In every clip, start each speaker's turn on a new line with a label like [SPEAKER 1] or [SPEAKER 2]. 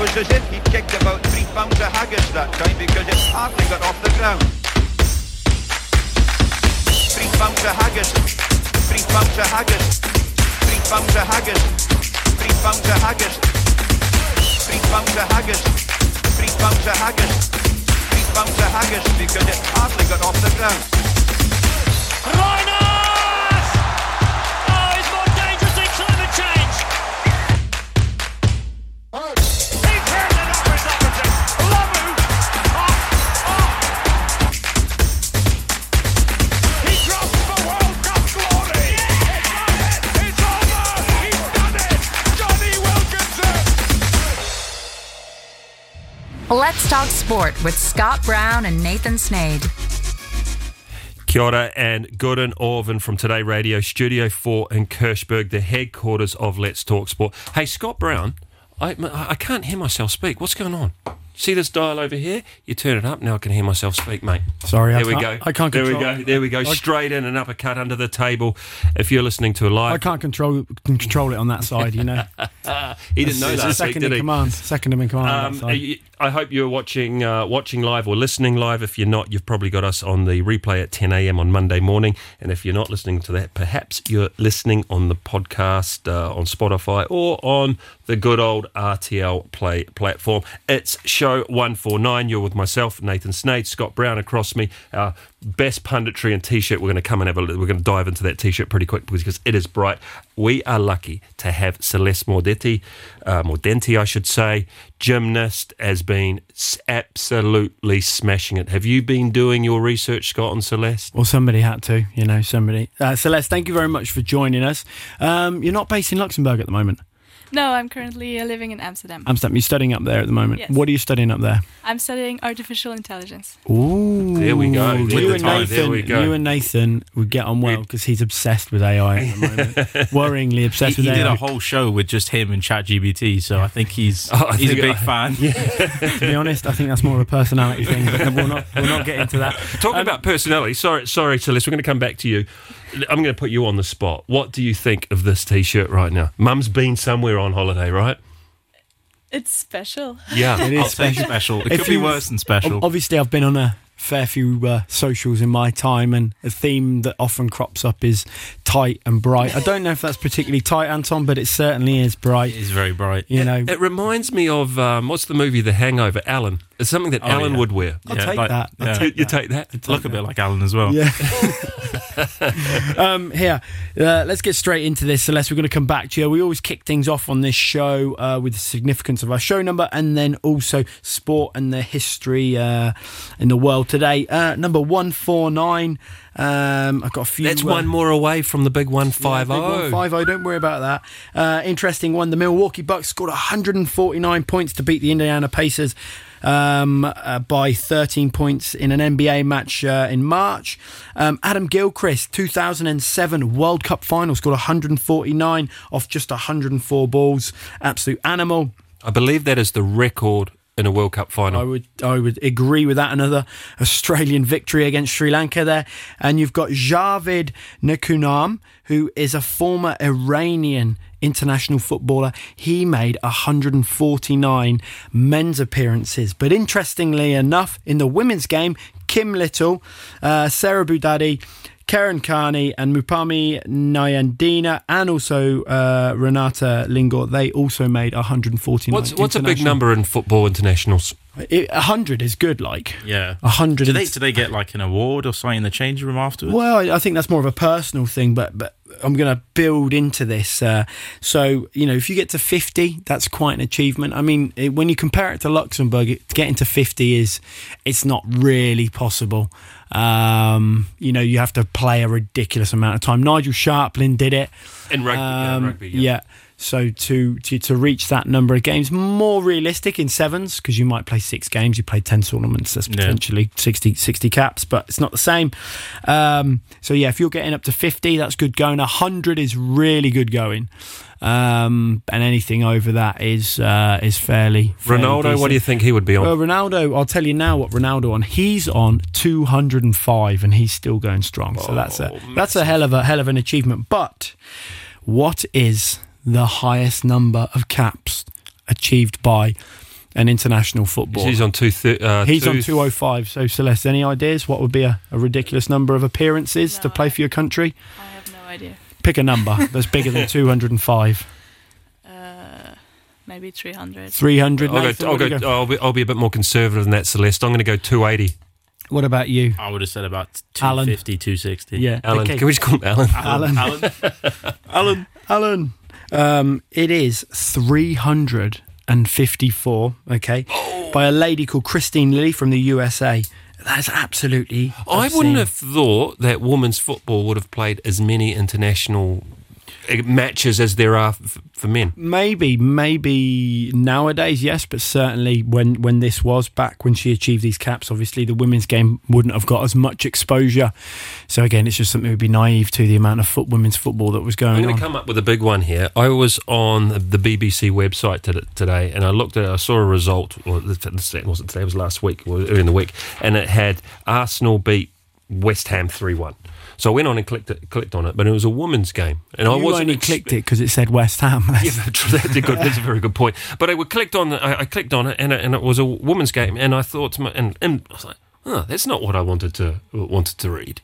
[SPEAKER 1] was as if he'd kicked about three pounds of haggis that time because it hardly got off the ground. Three pounds of haggis. Three pounds of haggis. Three pounds of haggis. Three pounds of haggis. Three pounds of haggis. Three pounds of haggis. Three pounds of haggis because it hardly got off the ground.
[SPEAKER 2] Rhinos! Oh, it's more dangerous than climate change. He turned it over his opposite. Lamu. Oh, oh. He dropped for World Cup glory. It's done it. It's over. He's done it. Johnny Wilkinson.
[SPEAKER 3] Let's talk sport with Scott Brown and Nathan Snade.
[SPEAKER 4] Kia ora and Gordon Orvin from Today Radio, Studio 4 in Kirchberg, the headquarters of Let's Talk Sport. Hey, Scott Brown, I, I can't hear myself speak. What's going on? See this dial over here? You turn it up, now I can hear myself speak, mate.
[SPEAKER 5] Sorry, I
[SPEAKER 4] there we go.
[SPEAKER 5] can't- I can't
[SPEAKER 4] There we
[SPEAKER 5] control
[SPEAKER 4] go.
[SPEAKER 5] it.
[SPEAKER 4] There we go.
[SPEAKER 5] I-
[SPEAKER 4] Straight in and uppercut under the table. If you're listening to a
[SPEAKER 5] I
[SPEAKER 4] live,
[SPEAKER 5] can't control control it on that side, you know.
[SPEAKER 4] he didn't know
[SPEAKER 5] It's
[SPEAKER 4] last week,
[SPEAKER 5] second
[SPEAKER 4] did
[SPEAKER 5] in
[SPEAKER 4] he?
[SPEAKER 5] command. Second in command. on that
[SPEAKER 4] Um,
[SPEAKER 5] side.
[SPEAKER 4] are you- I hope you're watching uh, watching live or listening live. If you're not, you've probably got us on the replay at 10 a.m. on Monday morning. And if you're not listening to that, perhaps you're listening on the podcast uh, on Spotify or on the good old RTL Play platform. It's show 149. You're with myself, Nathan Snade, Scott Brown across me. Our best punditry and t-shirt. We're going to come and have a. look- We're going to dive into that t-shirt pretty quick because it is bright. We are lucky to have Celeste Mordetti, uh, Mordenti, I should say, gymnast has been s- absolutely smashing it. Have you been doing your research, Scott, on Celeste?
[SPEAKER 5] Well, somebody had to, you know, somebody. Uh, Celeste, thank you very much for joining us. Um, you're not based in Luxembourg at the moment.
[SPEAKER 6] No, I'm currently uh, living in Amsterdam.
[SPEAKER 5] Amsterdam, you're studying up there at the moment.
[SPEAKER 6] Yes.
[SPEAKER 5] What are you studying up there?
[SPEAKER 6] I'm studying artificial intelligence.
[SPEAKER 5] Ooh,
[SPEAKER 4] There we go. With
[SPEAKER 5] Mm, You
[SPEAKER 4] the
[SPEAKER 5] and
[SPEAKER 4] time, there
[SPEAKER 5] Nathan,
[SPEAKER 4] we go.
[SPEAKER 5] you and Nathan would get on well because he's obsessed with AI at the moment. Worryingly
[SPEAKER 7] He,
[SPEAKER 5] obsessed
[SPEAKER 7] he
[SPEAKER 5] with
[SPEAKER 7] did
[SPEAKER 5] AI.
[SPEAKER 7] a whole show with just him and ChatGBT, so I think he's
[SPEAKER 4] Oh, I
[SPEAKER 7] he's
[SPEAKER 4] think
[SPEAKER 7] a big
[SPEAKER 4] I-
[SPEAKER 7] fan.
[SPEAKER 5] to be honest, I think that's more of a personality thing. But we'll not, we'll not get into that.
[SPEAKER 4] Talking about personality, sorry, sorry, Celeste, we're going to come back to you. I'm going to put you on the spot. What do you think of this T-shirt right now? Mum's been somewhere on holiday, right?
[SPEAKER 6] It's special.
[SPEAKER 4] Yeah,
[SPEAKER 5] It
[SPEAKER 7] I'll
[SPEAKER 5] is
[SPEAKER 7] take
[SPEAKER 5] special.
[SPEAKER 7] special. It
[SPEAKER 5] If
[SPEAKER 7] could be
[SPEAKER 5] you-
[SPEAKER 7] worse than special.
[SPEAKER 5] Ob- Obviously, I've been on a fair few uh, socials in my time, and a theme that often crops up is tight and bright. I don't know if that's particularly tight, Anton, but it certainly is bright.
[SPEAKER 7] it is very bright.
[SPEAKER 5] You know,
[SPEAKER 4] It reminds me of um, what's the movie The Hangover? Alan. It's something that Alan
[SPEAKER 7] yeah.
[SPEAKER 4] would wear.
[SPEAKER 5] Oh, I'll take that. I'll
[SPEAKER 7] yeah.
[SPEAKER 4] You, you take that.
[SPEAKER 7] Look a bit like Alan as well.
[SPEAKER 5] Yeah. um, here, uh, let's get straight into this. Unless we're going to come back to you, we always kick things off on this show uh, with the significance of our show number, and then also sport and the history uh, in the world today. Uh, number one four nine. Um, I've got a few.
[SPEAKER 4] That's
[SPEAKER 5] uh,
[SPEAKER 4] one more away from the big one
[SPEAKER 5] yeah,
[SPEAKER 4] five oh.
[SPEAKER 5] big one,
[SPEAKER 4] zero.
[SPEAKER 5] 5-0, Don't worry about that. Uh, interesting one. The Milwaukee Bucks scored 149 points to beat the Indiana Pacers um, uh, by 13 points in an NBA match uh, in March. Um, Adam Gilchrist, 2007 World Cup final, scored 149 off just 104 balls. Absolute animal.
[SPEAKER 4] I believe that is the record in a World Cup
[SPEAKER 5] I
[SPEAKER 4] final.
[SPEAKER 5] would I would agree with that. Another Australian victory against Sri Lanka there, and you've got Javed Nikunam, who is a former Iranian international footballer. He made 149 men's appearances, but interestingly enough, in the women's game, Kim Little, uh, Sarah Budadi. Karen Carney and Mupami Nyandina and also uh, Renata Lingor, they also made 149.
[SPEAKER 4] What's what's a big
[SPEAKER 5] international-
[SPEAKER 4] number in football internationals?
[SPEAKER 5] it- A hundred is good, like
[SPEAKER 7] Yeah.
[SPEAKER 5] a hundred.
[SPEAKER 7] Do they
[SPEAKER 5] and-
[SPEAKER 7] do they get like an award or something in the change room afterwards?
[SPEAKER 5] well, I- I think that's more of a personal thing, but but I'm going to build into this. Uh, so you know, if you get to fifty, that's quite an achievement. I mean, it, when you compare it to Luxembourg, it, getting to fifty is it's not really possible. Um, you know, you have to play a ridiculous amount of time. Nigel Sharplin did it.
[SPEAKER 4] In rugby, yeah,
[SPEAKER 5] Um,
[SPEAKER 4] rugby, yeah.
[SPEAKER 5] So to, to to reach that number of games, more realistic in sevens because you might play six games, you play ten tournaments, that's potentially 60, 60 caps, but it's not the same. Um, so yeah, if you're getting up to fifty, that's good going. hundred is really good going, um, and anything over that is uh, is fairly. fairly
[SPEAKER 4] Ronaldo, what do you
[SPEAKER 5] decent.
[SPEAKER 4] think he would be on?
[SPEAKER 5] Well, Uh, Ronaldo, I'll tell you now what Ronaldo on. He's on 205 and he's still going strong. So that's a
[SPEAKER 4] Oh,
[SPEAKER 5] that's a hell of a hell of an achievement. But what is the highest number of caps achieved by and international football.
[SPEAKER 4] He's on two. Thir- uh,
[SPEAKER 5] He's
[SPEAKER 4] two
[SPEAKER 5] on 205. So, Celeste, any ideas what would be a, a ridiculous number of appearances to
[SPEAKER 6] No.
[SPEAKER 5] play for your country?
[SPEAKER 6] I have no idea.
[SPEAKER 5] Pick a number that's bigger than 205.
[SPEAKER 6] Uh, maybe 300.
[SPEAKER 5] 300.
[SPEAKER 4] I'll go, I'll,
[SPEAKER 5] Nathan, what do
[SPEAKER 4] go,
[SPEAKER 5] you go-
[SPEAKER 4] I'll, be, I'll be a bit more conservative than that, Celeste. I'm going to go 280.
[SPEAKER 5] What about you?
[SPEAKER 7] I would have said about
[SPEAKER 5] Alan.
[SPEAKER 7] 250, 260.
[SPEAKER 5] Yeah.
[SPEAKER 4] Alan.
[SPEAKER 5] okay.
[SPEAKER 4] Can we just call him Alan?
[SPEAKER 5] Alan.
[SPEAKER 7] Alan. Alan.
[SPEAKER 5] Alan. Um, it is 354, okay,
[SPEAKER 4] Oh.
[SPEAKER 5] by a lady called Christine Lilly from the USA. That's absolutely.
[SPEAKER 4] I
[SPEAKER 5] obscene.
[SPEAKER 4] wouldn't have thought that women's football would have played as many international eh, matches as there are f- for men.
[SPEAKER 5] Maybe, maybe nowadays, yes, but certainly when when this was back when she achieved these caps, obviously the women's game wouldn't have got as much exposure. So again, it's just something we'd be naive to the amount of foot women's football that was
[SPEAKER 4] I'm
[SPEAKER 5] going
[SPEAKER 4] going
[SPEAKER 5] on.
[SPEAKER 4] to come up with a big one here. I was on the BBC website to- today, and I looked at. I saw a result. Or th- th- it wasn't today. It was last week or earlier in the week, and it had Arsenal beat West Ham three one. So I went on and clicked it, clicked on it, but it was a women's game, and I
[SPEAKER 5] you
[SPEAKER 4] wasn't
[SPEAKER 5] only
[SPEAKER 4] ex-
[SPEAKER 5] clicked it because it said West Ham.
[SPEAKER 4] Yeah, that's, that's a good. That's a very good point. But I would clicked on. I, I clicked on it, and it, and it was a woman's game, and I thought, to my, and, and I was like, oh, that's not what I wanted to wanted to read.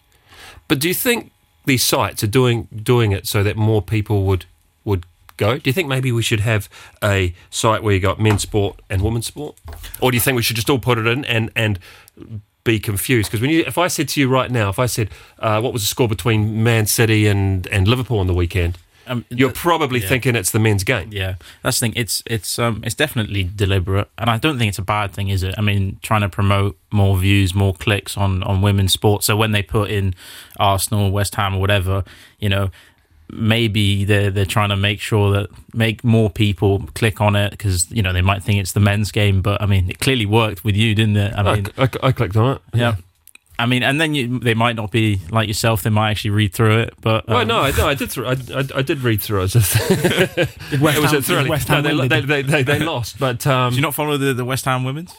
[SPEAKER 4] But do you think these sites are doing doing it so that more people would would go? Do you think maybe we should have a site where you got men's sport and women's sport, or do you think we should just all put it in and and be confused? Because when you, if I said to you right now, if I said, uh, what was the score between Man City and and Liverpool on the weekend?
[SPEAKER 7] Um,
[SPEAKER 4] You're
[SPEAKER 7] th-
[SPEAKER 4] probably
[SPEAKER 7] yeah.
[SPEAKER 4] thinking it's the men's game.
[SPEAKER 7] Yeah, that's the thing. It's it's um it's definitely deliberate, and I don't think it's a bad thing, is it? I mean, trying to promote more views, more clicks on on women's sports. So when they put in Arsenal, West Ham, or whatever, you know, maybe they're they're trying to make sure that make more people click on it because you know they might think it's the men's game, but I mean, it clearly worked with you, didn't it? I
[SPEAKER 4] I,
[SPEAKER 7] mean,
[SPEAKER 4] I- I clicked on it.
[SPEAKER 7] yeah.
[SPEAKER 5] um,
[SPEAKER 7] I mean, and then you, they might not be like yourself. They might actually read through it, but
[SPEAKER 4] Well,
[SPEAKER 7] um,
[SPEAKER 4] no, I, no, I did. Through, I, I, I did read through it. It was,
[SPEAKER 5] West
[SPEAKER 4] it was
[SPEAKER 5] Ham,
[SPEAKER 4] a thrilling.
[SPEAKER 5] West Ham
[SPEAKER 4] no,
[SPEAKER 5] win,
[SPEAKER 4] they,
[SPEAKER 5] did
[SPEAKER 4] they, they, they, they lost, but um,
[SPEAKER 7] Do you not follow the, the West Ham women's?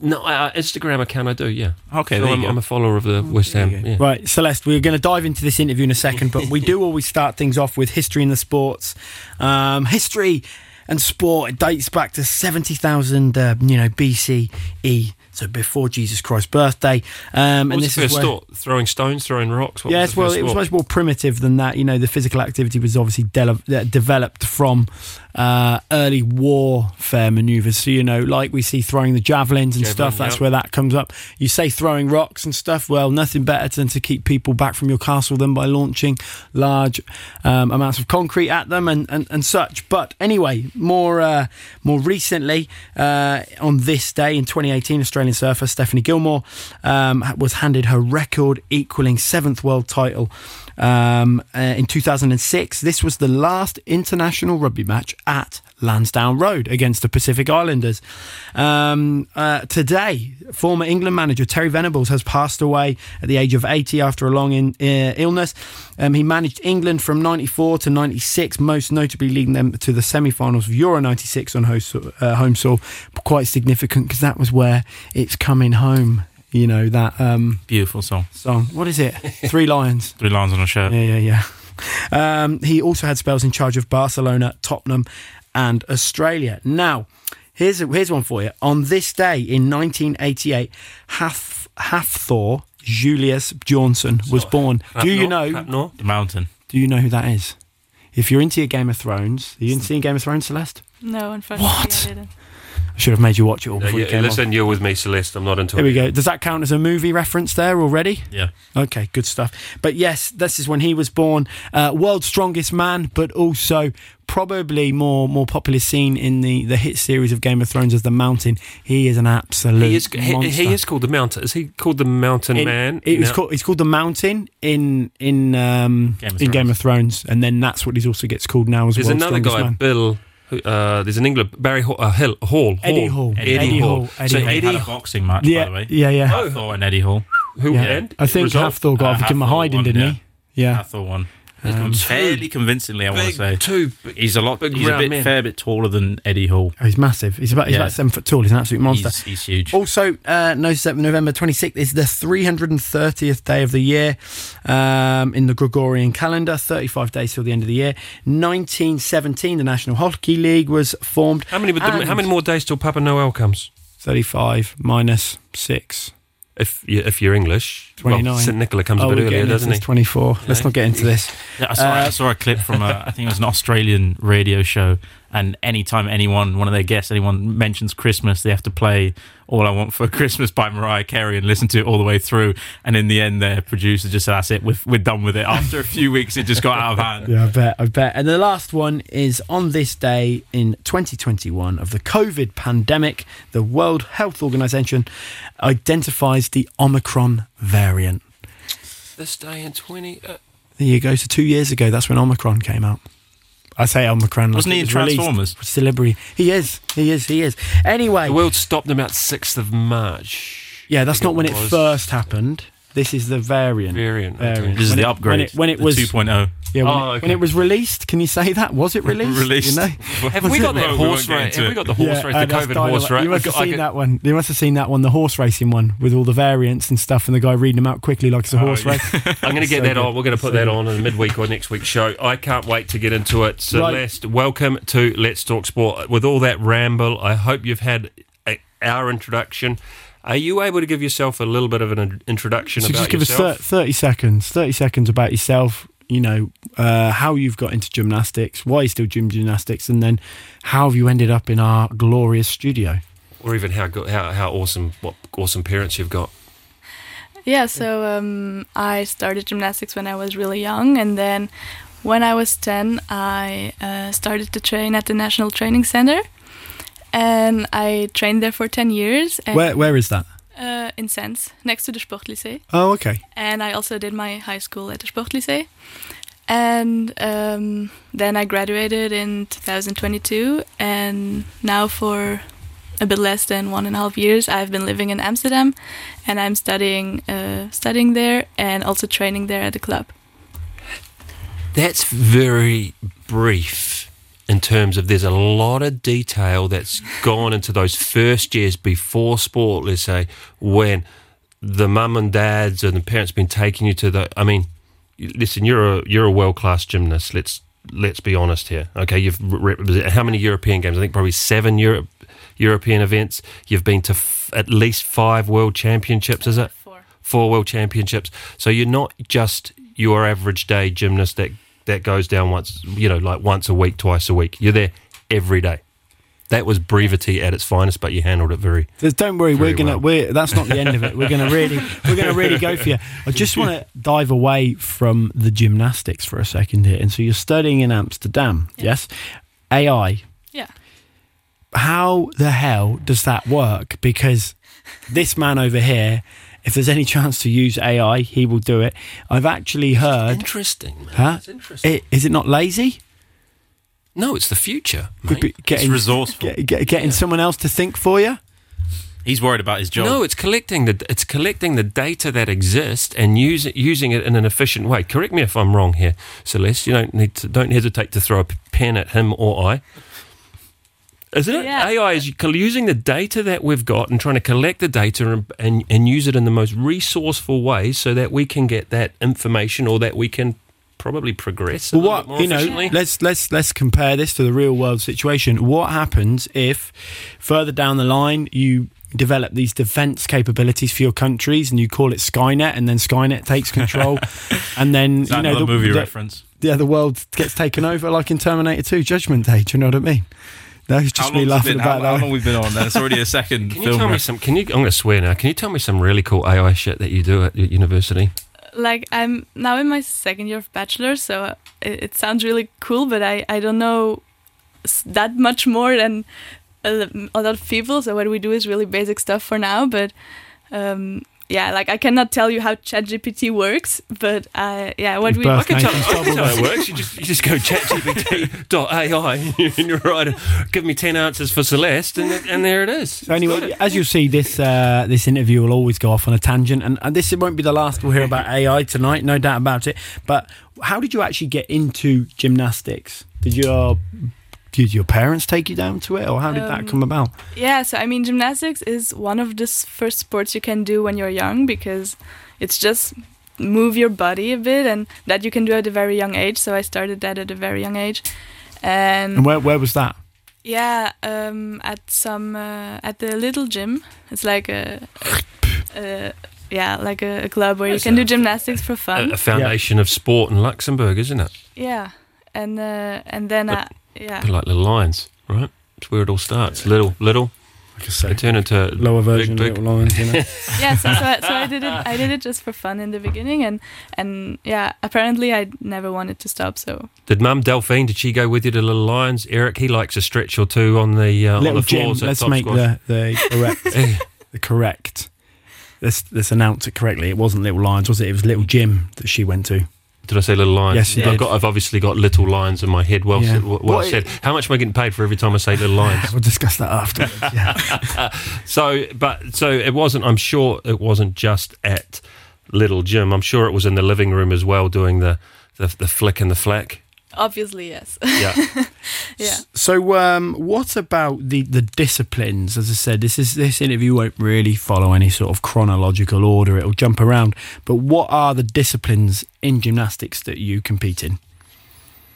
[SPEAKER 4] no, uh, Instagram account I do. Yeah.
[SPEAKER 7] Okay,
[SPEAKER 4] So
[SPEAKER 7] there you
[SPEAKER 4] I'm,
[SPEAKER 7] go.
[SPEAKER 4] I'm a follower of the West Ham. Yeah.
[SPEAKER 5] Right, Celeste, we're going to dive into this interview in a second, but we do always start things off with history in the sports. Um, history and sport it dates back to 70,000, uh, you know, BCE, so before Jesus Christ's birthday. Um,
[SPEAKER 4] What
[SPEAKER 5] and
[SPEAKER 4] was
[SPEAKER 5] this
[SPEAKER 4] the first
[SPEAKER 5] is where,
[SPEAKER 4] thought? Throwing stones, throwing rocks. What was
[SPEAKER 5] yes,
[SPEAKER 4] the
[SPEAKER 5] well,
[SPEAKER 4] first
[SPEAKER 5] it was
[SPEAKER 4] thought?
[SPEAKER 5] much more primitive than that. You know, the physical activity was obviously de- uh, developed from uh, early warfare maneuvers. So, you know, like we see throwing the javelins and
[SPEAKER 4] Javelin,
[SPEAKER 5] stuff, that's
[SPEAKER 4] yeah.
[SPEAKER 5] where that comes up. You say throwing rocks and stuff. Well, nothing better than to keep people back from your castle than by launching large um, amounts of concrete at them and, and, and such. But anyway, more uh, more recently, uh, on this day in 2018, Australian surfer Stephanie Gilmore um, was handed her record equaling seventh world title um, uh, in 2006. This was the last international rugby match at Lansdowne Road against the Pacific Islanders. Um, uh, today, former England manager Terry Venables has passed away at the age of 80 after a long in, uh, illness. Um, he managed England from 94 to 96, most notably leading them to the semi finals of Euro 96 on home, so- uh, home soil. Quite significant because that was where it's coming home. You know that um,
[SPEAKER 7] Beautiful song.
[SPEAKER 5] song. What is it? Three Lions.
[SPEAKER 7] Three lines on a shirt.
[SPEAKER 5] Yeah, yeah, yeah. Um, he also had spells in charge of Barcelona, Tottenham, and Australia. Now, here's a, here's one for you. On this day in 1988, Haf, Hafthor Julius Johnson was born. Do you
[SPEAKER 4] Up north,
[SPEAKER 5] know?
[SPEAKER 4] up north?
[SPEAKER 7] The mountain.
[SPEAKER 5] Do you know who that is? If you're into your Game of Thrones, are you into seeing Game of Thrones, Celeste?
[SPEAKER 6] No, unfortunately,
[SPEAKER 5] What?
[SPEAKER 6] I didn't.
[SPEAKER 5] I should have made you watch it all
[SPEAKER 4] Uh,
[SPEAKER 5] before
[SPEAKER 4] yeah,
[SPEAKER 5] you came on.
[SPEAKER 4] listen, you're with me, Celeste. I'm not into
[SPEAKER 5] Here
[SPEAKER 4] it.
[SPEAKER 5] we go. Does that count as a movie reference there already?
[SPEAKER 7] Yeah.
[SPEAKER 5] Okay, good stuff. But yes, this is when he was born. Uh, world's strongest man, but also probably more more popular seen in the, the hit series of Game of Thrones as the Mountain. He is an absolute
[SPEAKER 4] He is. He,
[SPEAKER 5] monster.
[SPEAKER 4] he is called the mountain. Is he called the mountain
[SPEAKER 5] In-
[SPEAKER 4] man?
[SPEAKER 5] It was
[SPEAKER 4] No.
[SPEAKER 5] called, it's called the Mountain in in um,
[SPEAKER 7] Game of
[SPEAKER 5] in Game
[SPEAKER 7] Thrones.
[SPEAKER 5] of Thrones, and then that's what he also gets called now as
[SPEAKER 4] There's
[SPEAKER 5] world's
[SPEAKER 4] another
[SPEAKER 5] strongest
[SPEAKER 4] guy,
[SPEAKER 5] man.
[SPEAKER 4] Bill. Who, uh, there's an England Barry Hall, uh, Hill, Hall,
[SPEAKER 5] Eddie Hall.
[SPEAKER 4] Eddie,
[SPEAKER 7] Eddie
[SPEAKER 4] Hall.
[SPEAKER 5] Hall, Eddie
[SPEAKER 4] so
[SPEAKER 5] Hall.
[SPEAKER 7] They
[SPEAKER 4] Eddie
[SPEAKER 7] had a
[SPEAKER 4] Hall,
[SPEAKER 7] boxing match, by the
[SPEAKER 5] Yeah,
[SPEAKER 7] way.
[SPEAKER 5] yeah, yeah,
[SPEAKER 7] I thought and Eddie Hall.
[SPEAKER 4] who
[SPEAKER 5] yeah.
[SPEAKER 4] Oh, and
[SPEAKER 5] I think
[SPEAKER 4] Result?
[SPEAKER 5] Hafthor got
[SPEAKER 7] Uh,
[SPEAKER 5] offered him a
[SPEAKER 7] Hafthor
[SPEAKER 5] hiding,
[SPEAKER 7] won,
[SPEAKER 5] didn't
[SPEAKER 7] yeah.
[SPEAKER 5] he? Yeah.
[SPEAKER 7] I thought one. fairly convincingly, I want
[SPEAKER 4] big
[SPEAKER 7] to say.
[SPEAKER 4] two big-
[SPEAKER 7] he's a lot.
[SPEAKER 4] big
[SPEAKER 7] he's a
[SPEAKER 4] round
[SPEAKER 7] bit
[SPEAKER 4] men.
[SPEAKER 7] fair bit taller than Eddie Hall.
[SPEAKER 5] Oh, he's massive. He's about he's
[SPEAKER 7] Yeah.
[SPEAKER 5] about seven foot tall. He's an absolute monster.
[SPEAKER 7] He's, he's huge.
[SPEAKER 5] Also, uh, notice that November 26th is the 330th day of the year um, in the Gregorian calendar, 35 days till the end of the year. 1917, the National Hockey League was formed.
[SPEAKER 4] How many? Would the,
[SPEAKER 5] And
[SPEAKER 4] how many more days till Papa Noel comes?
[SPEAKER 5] 35 minus 6.
[SPEAKER 4] If you, if you're English, well,
[SPEAKER 5] 29.
[SPEAKER 4] St Nicola comes
[SPEAKER 5] oh,
[SPEAKER 4] a
[SPEAKER 5] we're
[SPEAKER 4] bit
[SPEAKER 5] getting
[SPEAKER 4] earlier,
[SPEAKER 5] into
[SPEAKER 4] doesn't
[SPEAKER 5] this
[SPEAKER 4] he?
[SPEAKER 5] 24. Let's not get into this.
[SPEAKER 7] Yeah, I saw,
[SPEAKER 5] uh,
[SPEAKER 7] I saw a clip from a, I think it was an Australian radio show, and anytime anyone, one of their guests, anyone mentions Christmas, they have to play "All I Want for Christmas" by Mariah Carey and listen to it all the way through. And in the end, their producer just said, "That's it, we're, we're done with it." After a few weeks, it just got out of hand.
[SPEAKER 5] Yeah, I bet, I bet. And the last one is on this day in 2021 of the COVID pandemic, the World Health Organization identifies the Omicron variant.
[SPEAKER 4] This day in twenty. Uh,
[SPEAKER 5] There you go. So two years ago, that's when Omicron came out. I say Omicron. like
[SPEAKER 7] Wasn't he
[SPEAKER 5] it
[SPEAKER 7] in
[SPEAKER 5] was released.
[SPEAKER 7] Transformers?
[SPEAKER 5] It's delivery. He is. He is. He is. Anyway,
[SPEAKER 4] the world stopped them at sixth of March.
[SPEAKER 5] yeah, that's
[SPEAKER 4] I think
[SPEAKER 5] not when it
[SPEAKER 4] was.
[SPEAKER 5] first happened. This is the variant.
[SPEAKER 4] Variant, okay.
[SPEAKER 5] Variant.
[SPEAKER 7] This is
[SPEAKER 5] When
[SPEAKER 7] the
[SPEAKER 5] it-
[SPEAKER 7] upgrade.
[SPEAKER 5] When it, when it
[SPEAKER 7] the
[SPEAKER 5] was
[SPEAKER 7] 2.0.
[SPEAKER 5] yeah, when,
[SPEAKER 4] Oh,
[SPEAKER 5] it, when
[SPEAKER 4] okay.
[SPEAKER 5] it was released. Can you say that? Was it released?
[SPEAKER 7] Released.
[SPEAKER 5] You know?
[SPEAKER 4] Have we got that
[SPEAKER 7] Well, we
[SPEAKER 4] horse
[SPEAKER 7] won't get
[SPEAKER 4] race?
[SPEAKER 7] into
[SPEAKER 4] Have we
[SPEAKER 7] it.
[SPEAKER 4] got the horse
[SPEAKER 5] Yeah,
[SPEAKER 4] race,
[SPEAKER 5] uh,
[SPEAKER 4] the
[SPEAKER 5] that's
[SPEAKER 4] COVID horse
[SPEAKER 5] dialogue.
[SPEAKER 4] race?
[SPEAKER 5] You must have
[SPEAKER 4] I
[SPEAKER 5] seen
[SPEAKER 4] could-
[SPEAKER 5] that one. You must have seen that one, the horse racing one with all the variants and stuff, and the guy reading them out quickly like it's
[SPEAKER 4] Oh,
[SPEAKER 5] a horse
[SPEAKER 7] yeah.
[SPEAKER 5] race.
[SPEAKER 4] I'm going to get
[SPEAKER 5] So
[SPEAKER 4] that
[SPEAKER 5] good.
[SPEAKER 4] on. We're going to put that on in the midweek or next week's show. I can't wait to get into it.
[SPEAKER 5] Right.
[SPEAKER 4] Celeste, welcome to Let's Talk Sport. With all that ramble, I hope you've had a, our introduction. Are you able to give yourself a little bit of an in- introduction
[SPEAKER 5] So
[SPEAKER 4] about
[SPEAKER 5] just give
[SPEAKER 4] yourself?
[SPEAKER 5] us thir- thirty seconds. Thirty seconds about yourself. You know uh, how you've got into gymnastics, why you still do gymnastics, and then how have you ended up in our glorious studio?
[SPEAKER 4] or even how good, how, how awesome, what awesome parents you've got.
[SPEAKER 6] Yeah, so um, I started gymnastics when I was really young, and then when I was 10, I uh, started to train at the National Training Center. And I trained there for 10 years and,
[SPEAKER 5] Where where is that?
[SPEAKER 6] uh, in Sens, next to the Sportlycée.
[SPEAKER 5] Oh, okay.
[SPEAKER 6] And I also did my high school at the Sportlycée. And um, then I graduated in 2022. And now, for a bit less than one and a half years, I've been living in Amsterdam. And I'm studying, uh, studying there and also training there at the club.
[SPEAKER 4] That's very brief in terms of there's a lot of detail that's gone into those first years before sport, let's say, when the mum and dads and the parents been taking you to the I mean, you- listen, you're a you're a world class gymnast. Let's let's be honest here. Okay, you've re- represented how many European games? I think probably 7 Europe European events. You've been to f- at least 5 world championships, is it?
[SPEAKER 6] Four.
[SPEAKER 4] four world championships. So you're not just your average day gymnast that that goes down once, you know, like once a week, twice a week. You're there every day. That was brevity at its finest, but you handled it very.
[SPEAKER 5] Just don't worry,
[SPEAKER 4] Very
[SPEAKER 5] we're gonna.
[SPEAKER 4] well.
[SPEAKER 5] We're that's not the end of it. We're gonna really, we're gonna really go for you. I just want to dive away from the gymnastics for a second here. And so you're studying in Amsterdam, yes? AI.
[SPEAKER 6] Yeah.
[SPEAKER 5] How the hell does that work? Because this man over here, if there's any chance to use AI, he will do it. I've actually heard.
[SPEAKER 4] Interesting, man.
[SPEAKER 5] Huh?
[SPEAKER 4] interesting.
[SPEAKER 5] It, is it not lazy?
[SPEAKER 4] Eh, no, it's the future.
[SPEAKER 5] Could be
[SPEAKER 4] Mate.
[SPEAKER 7] It's
[SPEAKER 5] Getting,
[SPEAKER 7] resourceful.
[SPEAKER 5] get, get- getting someone else to think for you.
[SPEAKER 7] He's worried about his job.
[SPEAKER 4] No, it's collecting the it's collecting the data that exists and use, using it in an efficient way. Correct me if I'm wrong here, Celeste. You don't need to, don't hesitate to throw a pen at him or I. Isn't it?
[SPEAKER 6] Yeah.
[SPEAKER 4] AI is col- using the data that we've got and trying to collect the data and, and, and use it in the most resourceful way so that we can get that information or that we can probably progress a
[SPEAKER 5] Well,
[SPEAKER 4] little bit
[SPEAKER 5] what
[SPEAKER 4] more
[SPEAKER 5] you know,
[SPEAKER 4] efficiently.
[SPEAKER 5] let's let's let's compare this to the real world situation. What happens if further down the line you develop these defense capabilities for your countries and you call it Skynet, and then Skynet takes control, and then
[SPEAKER 7] Is that
[SPEAKER 5] you know
[SPEAKER 7] another movie
[SPEAKER 5] the,
[SPEAKER 7] reference?
[SPEAKER 5] Yeah, the world gets taken over, like in Terminator Two: Judgment Day. Do you know what I mean? No, it's just
[SPEAKER 7] How long's
[SPEAKER 5] me
[SPEAKER 7] it
[SPEAKER 5] laughing
[SPEAKER 7] been?
[SPEAKER 5] about
[SPEAKER 7] how,
[SPEAKER 5] that.
[SPEAKER 7] how long we've been on? That's already a second
[SPEAKER 4] can
[SPEAKER 7] film.
[SPEAKER 4] you tell me
[SPEAKER 7] reference.
[SPEAKER 4] some? Can you? I'm going to swear now. Can you tell me some really cool AI shit that you do at university?
[SPEAKER 6] Like, I'm now in my second year of bachelor, so it, it sounds really cool, but I, I don't know s- that much more than a l- a lot of people. So, what we do is really basic stuff for now, but. Um, yeah, like I cannot tell you how ChatGPT works, but uh, yeah, what we
[SPEAKER 5] birth
[SPEAKER 4] I can tell,
[SPEAKER 5] Nathan's
[SPEAKER 4] I can
[SPEAKER 5] trouble.
[SPEAKER 4] tell how it works. You just, you just go chatgpt.ai and you're right. Give me 10 answers for Celeste, and, it- and there it is.
[SPEAKER 5] So anyway, as you'll see, this uh, this interview will always go off on a tangent, and, and this won't be the last we'll hear about AI tonight, no doubt about it. But how did you actually get into gymnastics? Did your did your parents take you down to it, or how did that
[SPEAKER 6] Um,
[SPEAKER 5] come about?
[SPEAKER 6] Yeah, so I mean, gymnastics is one of the s- first sports you can do when you're young because it's just move your body a bit, and that you can do at a very young age. So I started that at a very young age, and,
[SPEAKER 5] And where where was that?
[SPEAKER 6] yeah, um, at some uh, at the little gym, it's like a, a yeah, like a, a club where you can do gymnastics for
[SPEAKER 4] A,
[SPEAKER 6] fun.
[SPEAKER 4] a foundation of sport in Luxembourg, isn't it?
[SPEAKER 6] Yeah, and uh, and then I, yeah,
[SPEAKER 4] They're like little lions, right? It's where it all starts. Little, little.
[SPEAKER 5] Like I
[SPEAKER 4] They
[SPEAKER 5] say,
[SPEAKER 4] turn into
[SPEAKER 5] lower version
[SPEAKER 4] Big,
[SPEAKER 5] of
[SPEAKER 4] big.
[SPEAKER 5] Little Lions. You know?
[SPEAKER 6] yeah. So, so, I- so I did it. I did it just for fun in the beginning, and and yeah. Apparently, I never wanted to stop. So
[SPEAKER 4] Did Mum Delphine? Did she go with you to Little Lions? Eric, he likes a stretch or two on the uh, on
[SPEAKER 5] Little
[SPEAKER 4] the
[SPEAKER 5] Jim,
[SPEAKER 4] floors. at
[SPEAKER 5] let's
[SPEAKER 4] Top
[SPEAKER 5] make
[SPEAKER 4] Squash.
[SPEAKER 5] the, the correct. the correct. Let's, let's announce it correctly. It wasn't Little Lions, was it? It was Little Jim that she went to.
[SPEAKER 4] Did I say little lions?
[SPEAKER 5] Yes, you
[SPEAKER 4] I've
[SPEAKER 5] did.
[SPEAKER 4] got. I've obviously got little lions in my head. Well,
[SPEAKER 5] Yeah.
[SPEAKER 4] said, well, well
[SPEAKER 5] What-
[SPEAKER 4] said. How much am I getting paid for every time I say little lions?
[SPEAKER 5] We'll discuss that afterwards. Yeah.
[SPEAKER 4] so, but so it wasn't. I'm sure it wasn't just at Little Jim. I'm sure it was in the living room as well, doing the the, the flick and the flack.
[SPEAKER 6] obviously, yes.
[SPEAKER 4] Yeah.
[SPEAKER 6] yeah.
[SPEAKER 5] So, um, what about the, the disciplines? As I said, this is this interview won't really follow any sort of chronological order. It'll jump around. But what are the disciplines in gymnastics that you compete in?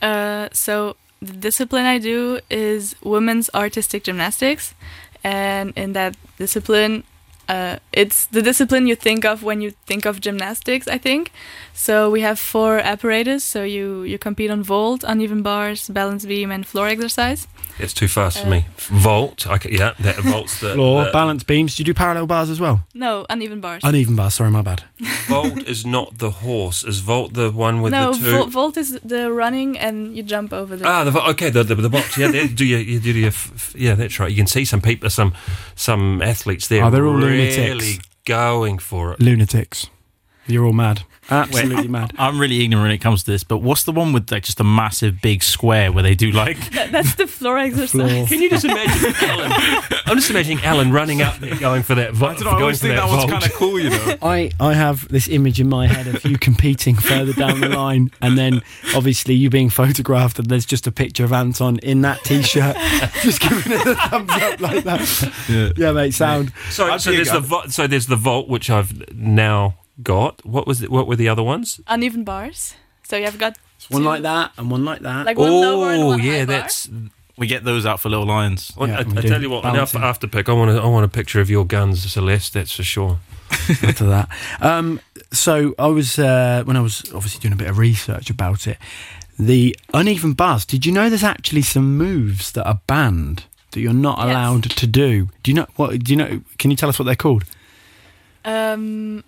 [SPEAKER 6] Uh, so the discipline I do is women's artistic gymnastics, and in that discipline, uh, it's the discipline you think of when you think of gymnastics. I think. So we have four apparatus. So you you compete on vault, uneven bars, balance beam, and floor exercise.
[SPEAKER 4] It's too fast for me.
[SPEAKER 6] Uh.
[SPEAKER 4] Vault. I ca- yeah, that vaults the
[SPEAKER 5] Floor,
[SPEAKER 4] the-
[SPEAKER 5] balance beams. Do you do parallel bars as well?
[SPEAKER 6] No, uneven bars.
[SPEAKER 5] Uneven bars. Sorry, my bad.
[SPEAKER 4] Vault is not the horse. Is vault the one with
[SPEAKER 6] no,
[SPEAKER 4] the two?
[SPEAKER 6] vo- vault is the running, and you jump over the.
[SPEAKER 4] Ah, the vo- okay, the the, the box. Yeah, they do you, you do your f- f- yeah, that's right. You can see some people, some some athletes there.
[SPEAKER 5] Oh, they're all
[SPEAKER 4] really
[SPEAKER 5] lunatics.
[SPEAKER 4] going for it.
[SPEAKER 5] Lunatics. You're all mad. Absolutely mad.
[SPEAKER 7] I'm really ignorant when it comes to this, but what's the one with like just a massive big square where they do like
[SPEAKER 6] That- that's the floor exercise.
[SPEAKER 5] Floor.
[SPEAKER 4] Can you just imagine Alan? I'm just imagining Alan running up there, going for that. Vo-
[SPEAKER 8] I don't know. I always think that, one's kind of cool, you know.
[SPEAKER 5] I, I have this image in my head of you competing further down the line, and then obviously you being photographed, and there's just a picture of Anton in that t shirt, just giving it a thumbs up like that. Yeah, mate, sound.
[SPEAKER 4] So,
[SPEAKER 8] I'd
[SPEAKER 4] so
[SPEAKER 8] be a
[SPEAKER 4] there's the
[SPEAKER 8] guy.
[SPEAKER 4] vo- so there's the vault, which I've now got. What was it, what were the other ones?
[SPEAKER 6] Uneven bars. So you've got
[SPEAKER 5] One
[SPEAKER 6] two-
[SPEAKER 5] like that, and one like that.
[SPEAKER 6] Like one lower and
[SPEAKER 4] Oh
[SPEAKER 6] one high
[SPEAKER 4] yeah,
[SPEAKER 6] bar.
[SPEAKER 4] that's.
[SPEAKER 7] we get those out for little lions?
[SPEAKER 4] I,
[SPEAKER 5] Yeah,
[SPEAKER 4] I, I
[SPEAKER 5] we do.
[SPEAKER 4] tell you what, now for
[SPEAKER 5] Balancing.
[SPEAKER 4] after pick, I want to I want a picture of your guns, Celeste. That's for sure.
[SPEAKER 5] to that. Um, so I was uh, when I was obviously doing a bit of research about it. The uneven bars. Did you know there's actually some moves that are banned that you're not
[SPEAKER 6] Yes.
[SPEAKER 5] allowed to do? Do you know what? Do you know? Can you tell us what they're called?
[SPEAKER 6] Um,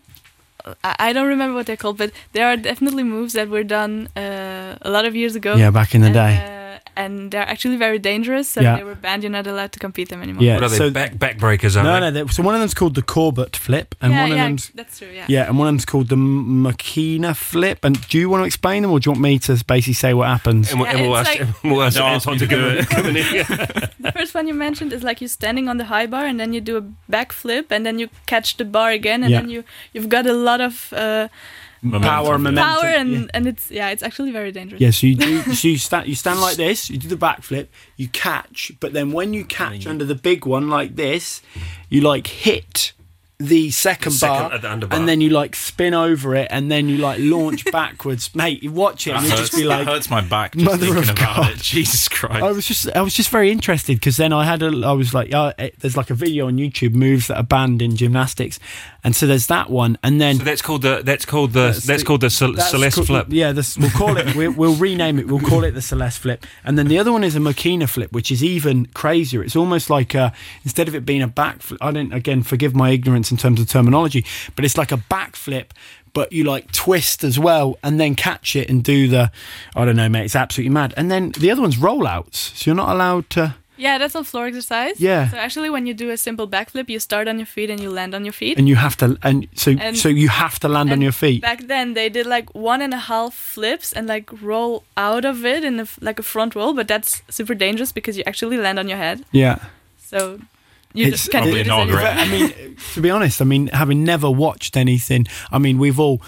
[SPEAKER 6] I I don't remember what they're called, but there are definitely moves that were done uh, a lot of years ago.
[SPEAKER 5] Yeah, back in the
[SPEAKER 6] and,
[SPEAKER 5] day.
[SPEAKER 6] Uh, and they're actually very dangerous, so
[SPEAKER 5] Yeah.
[SPEAKER 6] they were banned. You're not allowed to compete them anymore.
[SPEAKER 5] Yeah.
[SPEAKER 4] What are they?
[SPEAKER 5] so
[SPEAKER 4] back backbreakers, are they?
[SPEAKER 5] no, no. they- So one of them's called the Corbett flip, and
[SPEAKER 6] yeah,
[SPEAKER 5] one of
[SPEAKER 6] yeah,
[SPEAKER 5] them's
[SPEAKER 6] that's true. Yeah.
[SPEAKER 5] yeah, and one of them's called the Makina flip. And do you want to explain them, or do you want me to basically say what happens?
[SPEAKER 4] And we'll,
[SPEAKER 6] Yeah,
[SPEAKER 4] and we'll
[SPEAKER 6] it's
[SPEAKER 4] ask,
[SPEAKER 6] like-
[SPEAKER 4] we'll ask
[SPEAKER 7] No, ask
[SPEAKER 4] Anton
[SPEAKER 7] me
[SPEAKER 4] to
[SPEAKER 7] to
[SPEAKER 4] give
[SPEAKER 7] do
[SPEAKER 4] it. Come in here.
[SPEAKER 6] The first one you mentioned is like you're standing on the high bar and then you do a backflip and then you catch the bar again and
[SPEAKER 5] Yeah.
[SPEAKER 6] then you you've got a lot of uh,
[SPEAKER 5] Power,
[SPEAKER 7] Momentum.
[SPEAKER 5] momentum.
[SPEAKER 6] power and
[SPEAKER 5] yeah.
[SPEAKER 6] and it's yeah it's actually very dangerous.
[SPEAKER 5] Yeah, so you do, so you stand, you stand like this, you do the backflip, you catch, but then when you catch under the big one like this, you like hit the second,
[SPEAKER 4] The second-
[SPEAKER 5] bar,
[SPEAKER 4] uh, the underbar.
[SPEAKER 5] and then you like spin over it, and then you like launch backwards, mate. You watch it,
[SPEAKER 7] That
[SPEAKER 5] and you'll just
[SPEAKER 7] hurts,
[SPEAKER 5] be
[SPEAKER 7] that
[SPEAKER 5] like,
[SPEAKER 7] hurts my back just
[SPEAKER 5] "Mother
[SPEAKER 7] thinking
[SPEAKER 5] of
[SPEAKER 7] about
[SPEAKER 5] God."
[SPEAKER 7] it. Jesus Christ.
[SPEAKER 5] I was just I was just very interested because then I had a I was like oh, eh, there's like a video on YouTube moves that are banned in gymnastics, and so there's that one, and then
[SPEAKER 4] So that's called the that's called the that's,
[SPEAKER 5] the-
[SPEAKER 4] called the Cel-
[SPEAKER 5] That's
[SPEAKER 4] Celeste
[SPEAKER 5] called-
[SPEAKER 4] flip.
[SPEAKER 5] Yeah, this, we'll call it. We'll, we'll rename it. We'll call it the Celeste flip. And then the other one is a Makina flip, which is even crazier. It's almost like a, instead of it being a back flip, I don't again forgive my ignorance in terms of terminology, but it's like a back flip, but you like twist as well and then catch it and do the, I don't know, mate. It's absolutely mad. And then the other one's rollouts, so you're not allowed to.
[SPEAKER 6] Yeah, that's on floor exercise.
[SPEAKER 5] Yeah.
[SPEAKER 6] So actually, when you do a simple backflip, you start on your feet and you land on your feet.
[SPEAKER 5] And you have to, and so
[SPEAKER 6] And-
[SPEAKER 5] so you have to land on
[SPEAKER 6] And
[SPEAKER 5] your feet.
[SPEAKER 6] Back then, they did like one and a half flips and like roll out of it in a, f- like a front roll, but that's super dangerous because you actually land on your head.
[SPEAKER 5] yeah.
[SPEAKER 6] So you
[SPEAKER 5] It's
[SPEAKER 6] just can't do
[SPEAKER 7] probably
[SPEAKER 6] this
[SPEAKER 7] not
[SPEAKER 6] anymore.
[SPEAKER 7] great.
[SPEAKER 5] I mean, to be honest, I mean, having never watched anything, I mean, we've all,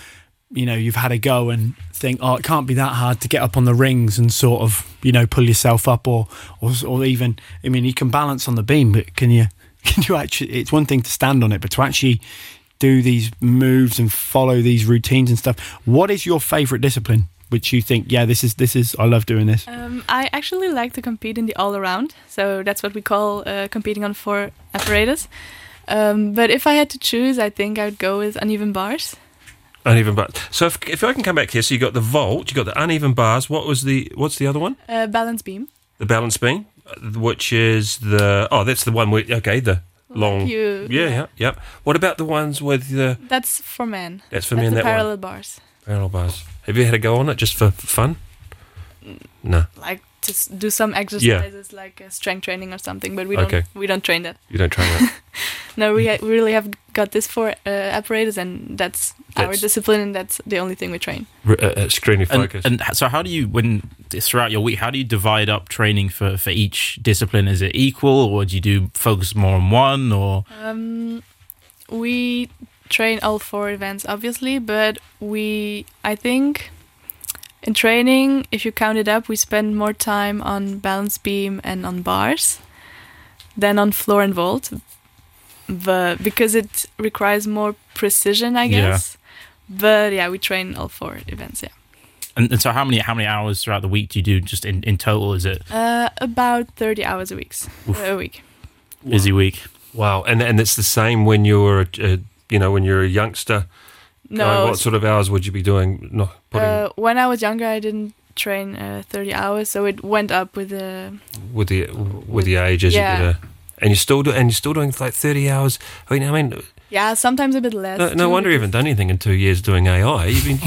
[SPEAKER 5] you know, you've had a go and think, oh, it can't be that hard to get up on the rings and sort of, you know, pull yourself up, or, or, or even, I mean, you can balance on the beam, but can you, can you actually? It's one thing to stand on it, but to actually do these moves and follow these routines and stuff. What is your favourite discipline? Which you think, yeah, this is this is I love doing this.
[SPEAKER 6] Um, I actually like to compete in the all around, so that's what we call uh, competing on four apparatus. Um, but if I had to choose, I think I would go with uneven bars.
[SPEAKER 4] Uneven bars. So if, if I can come back here, so you got the vault, you got the uneven bars. What was the what's the other one?
[SPEAKER 6] Uh, balance beam.
[SPEAKER 4] The balance beam, uh, which is the oh, that's the one with okay the long.
[SPEAKER 6] you-
[SPEAKER 4] Oh, yeah, yeah, yeah. What about the ones with the
[SPEAKER 6] That's for men.
[SPEAKER 4] that's for
[SPEAKER 6] That's
[SPEAKER 4] me and
[SPEAKER 6] the
[SPEAKER 4] that
[SPEAKER 6] parallel
[SPEAKER 4] one
[SPEAKER 6] bars.
[SPEAKER 4] parallel bars? Have you had a go on it just for fun?
[SPEAKER 6] Mm.
[SPEAKER 4] No,
[SPEAKER 6] Like to s- do some exercises, like uh, strength training or something. But we don't.
[SPEAKER 4] Okay.
[SPEAKER 6] We don't train that.
[SPEAKER 4] you don't try that.
[SPEAKER 6] No, we ha- we really have got this for uh, apparatus, and that's, our
[SPEAKER 4] That's-
[SPEAKER 6] discipline, and that's the only thing we train.
[SPEAKER 4] R- uh, uh, extremely
[SPEAKER 7] And,
[SPEAKER 4] focused.
[SPEAKER 7] and h- so, how do you when throughout your week? How do you divide up training for for each discipline? Is it equal, or do you do focus more on one? Or
[SPEAKER 6] Um, we train all four events, obviously, but we, I think, in training, if you count it up, we spend more time on balance beam and on bars than on floor and vault, but because it requires more precision, I
[SPEAKER 7] Yeah.
[SPEAKER 6] guess. But yeah, we train all four events. Yeah,
[SPEAKER 7] and, and so, how many how many hours throughout the week do you do just in, in total? Is it
[SPEAKER 6] uh, about thirty hours a week.
[SPEAKER 5] Uh,
[SPEAKER 6] A week.
[SPEAKER 7] busy week?
[SPEAKER 4] wow, and and it's the same when you were a, a you know when you're a youngster.
[SPEAKER 6] No,
[SPEAKER 4] Like, what sort of hours would you be doing? No, putting
[SPEAKER 6] uh, when I was younger, I didn't train uh, 30 hours, so it went up with uh, the.
[SPEAKER 4] with the with, the age as
[SPEAKER 6] yeah.
[SPEAKER 4] you get a, and you're still do, and you're still doing like 30 hours. I mean, I mean,
[SPEAKER 6] Yeah, sometimes a bit less.
[SPEAKER 4] no, no
[SPEAKER 6] too,
[SPEAKER 4] wonder you haven't done anything in two years doing AI. You've been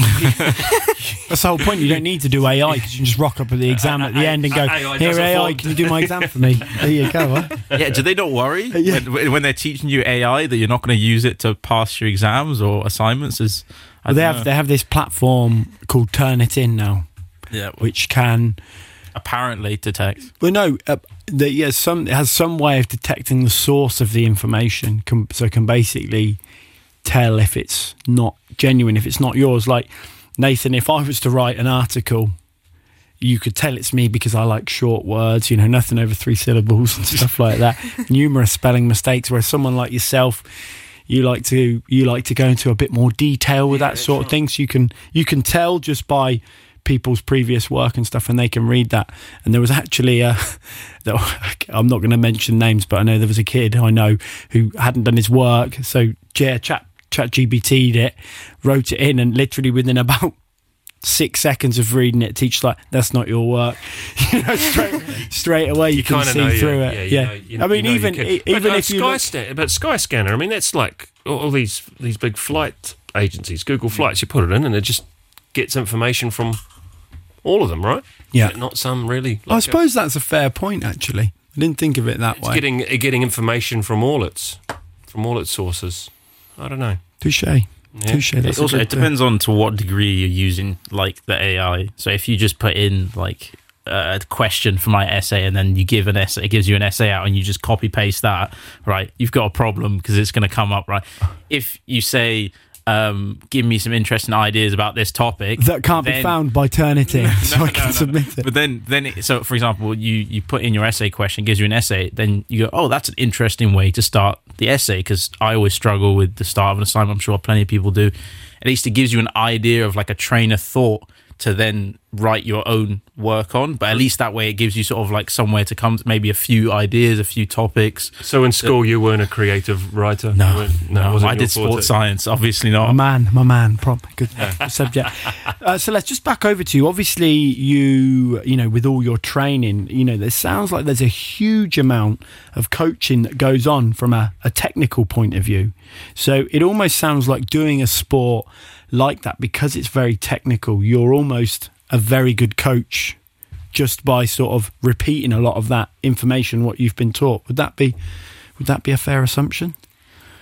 [SPEAKER 5] That's the whole point. You don't need to do AI because you can just rock up at the exam at the end and go,
[SPEAKER 4] AI
[SPEAKER 5] "Here,
[SPEAKER 4] doesn't
[SPEAKER 5] AI,
[SPEAKER 4] fault."
[SPEAKER 5] can you do my exam for me?" There you go. Huh?
[SPEAKER 7] yeah, do they not worry
[SPEAKER 5] Yeah.
[SPEAKER 7] when, when they're teaching you AI that you're not going to use it to pass your exams or assignments? Is I
[SPEAKER 5] Well, they
[SPEAKER 7] don't
[SPEAKER 5] have
[SPEAKER 7] know.
[SPEAKER 5] they have this platform called Turnitin now,
[SPEAKER 7] yeah, which
[SPEAKER 5] which can
[SPEAKER 7] apparently detect.
[SPEAKER 5] well no, uh, the, yeah, some it has some way of detecting the source of the information, can, so it can basically tell if it's not genuine, if it's not yours. Like Nathan, if I was to write an article. You could tell it's me because I like short words, you know, nothing over three syllables and stuff like that. Numerous spelling mistakes. Whereas someone like yourself, you like to you like to go into a bit more detail with that sort of thing so you can you can tell just by people's previous work and stuff and they can read that and there was actually a i'm not going to mention names but i know there was a kid i know who hadn't done his work so yeah chat chat gbt'd it wrote it in and literally within about six seconds of reading it teacher's like that's not your work you know straight straight away you, can
[SPEAKER 4] kinda
[SPEAKER 5] see
[SPEAKER 4] know, yeah,
[SPEAKER 5] through
[SPEAKER 4] yeah,
[SPEAKER 5] it
[SPEAKER 4] you
[SPEAKER 5] yeah,
[SPEAKER 4] know- you-
[SPEAKER 5] i mean
[SPEAKER 4] you know you
[SPEAKER 5] even
[SPEAKER 4] can-
[SPEAKER 5] e-
[SPEAKER 4] but,
[SPEAKER 5] even
[SPEAKER 4] uh,
[SPEAKER 5] if you
[SPEAKER 4] Sky
[SPEAKER 5] look-
[SPEAKER 4] Scan- but Skyscanner, I mean, that's like all all these these big flight agencies, Google Flights. You put it in, and it just gets information from all of them, right?
[SPEAKER 5] Yeah.
[SPEAKER 4] not some really.
[SPEAKER 5] I
[SPEAKER 4] like, uh,
[SPEAKER 5] suppose that's a fair point, actually. I didn't think of it that
[SPEAKER 4] it's
[SPEAKER 5] way.
[SPEAKER 4] getting uh, getting information from all its from all its sources. I don't know.
[SPEAKER 5] Touche. Touche. That's
[SPEAKER 7] It also,
[SPEAKER 5] a
[SPEAKER 7] it
[SPEAKER 5] good, uh,
[SPEAKER 7] depends on to what degree you're using like the AI. So if you just put in like a question for my essay and then you give an essay, it gives you an essay out and you just copy paste that, right? You've got a problem because it's going to come up, right? If you say, um, give me some interesting ideas about this topic
[SPEAKER 5] that can't be
[SPEAKER 7] then-
[SPEAKER 5] found by Turnitin, so I can submit it.
[SPEAKER 7] But then, then it, so for example, you you put in your essay question, it gives you an essay, then you go, oh, that's an interesting way to start the essay because I always struggle with the start of an assignment. I'm sure plenty of people do. At least it gives you an idea of like a train of thought to then write your own work on. But at least that way, it gives you sort of like somewhere to come, maybe a few ideas, a few topics.
[SPEAKER 4] So in school, you weren't a creative writer. You
[SPEAKER 7] No,
[SPEAKER 4] weren't- it
[SPEAKER 7] no,
[SPEAKER 4] wasn't
[SPEAKER 7] I
[SPEAKER 4] your
[SPEAKER 7] did
[SPEAKER 4] forte.
[SPEAKER 7] sports science, obviously
[SPEAKER 5] My
[SPEAKER 7] not.
[SPEAKER 5] man, my man, prop. Good subject. Uh, so let's just back over to you. Obviously, you, you know, with all your training, you know, there sounds like there's a huge amount of coaching that goes on from a, a technical point of view. So it almost sounds like doing a sport like that because it's very technical. You're almost a very good coach just by sort of repeating a lot of that information what you've been taught. Would that be would that be a fair assumption?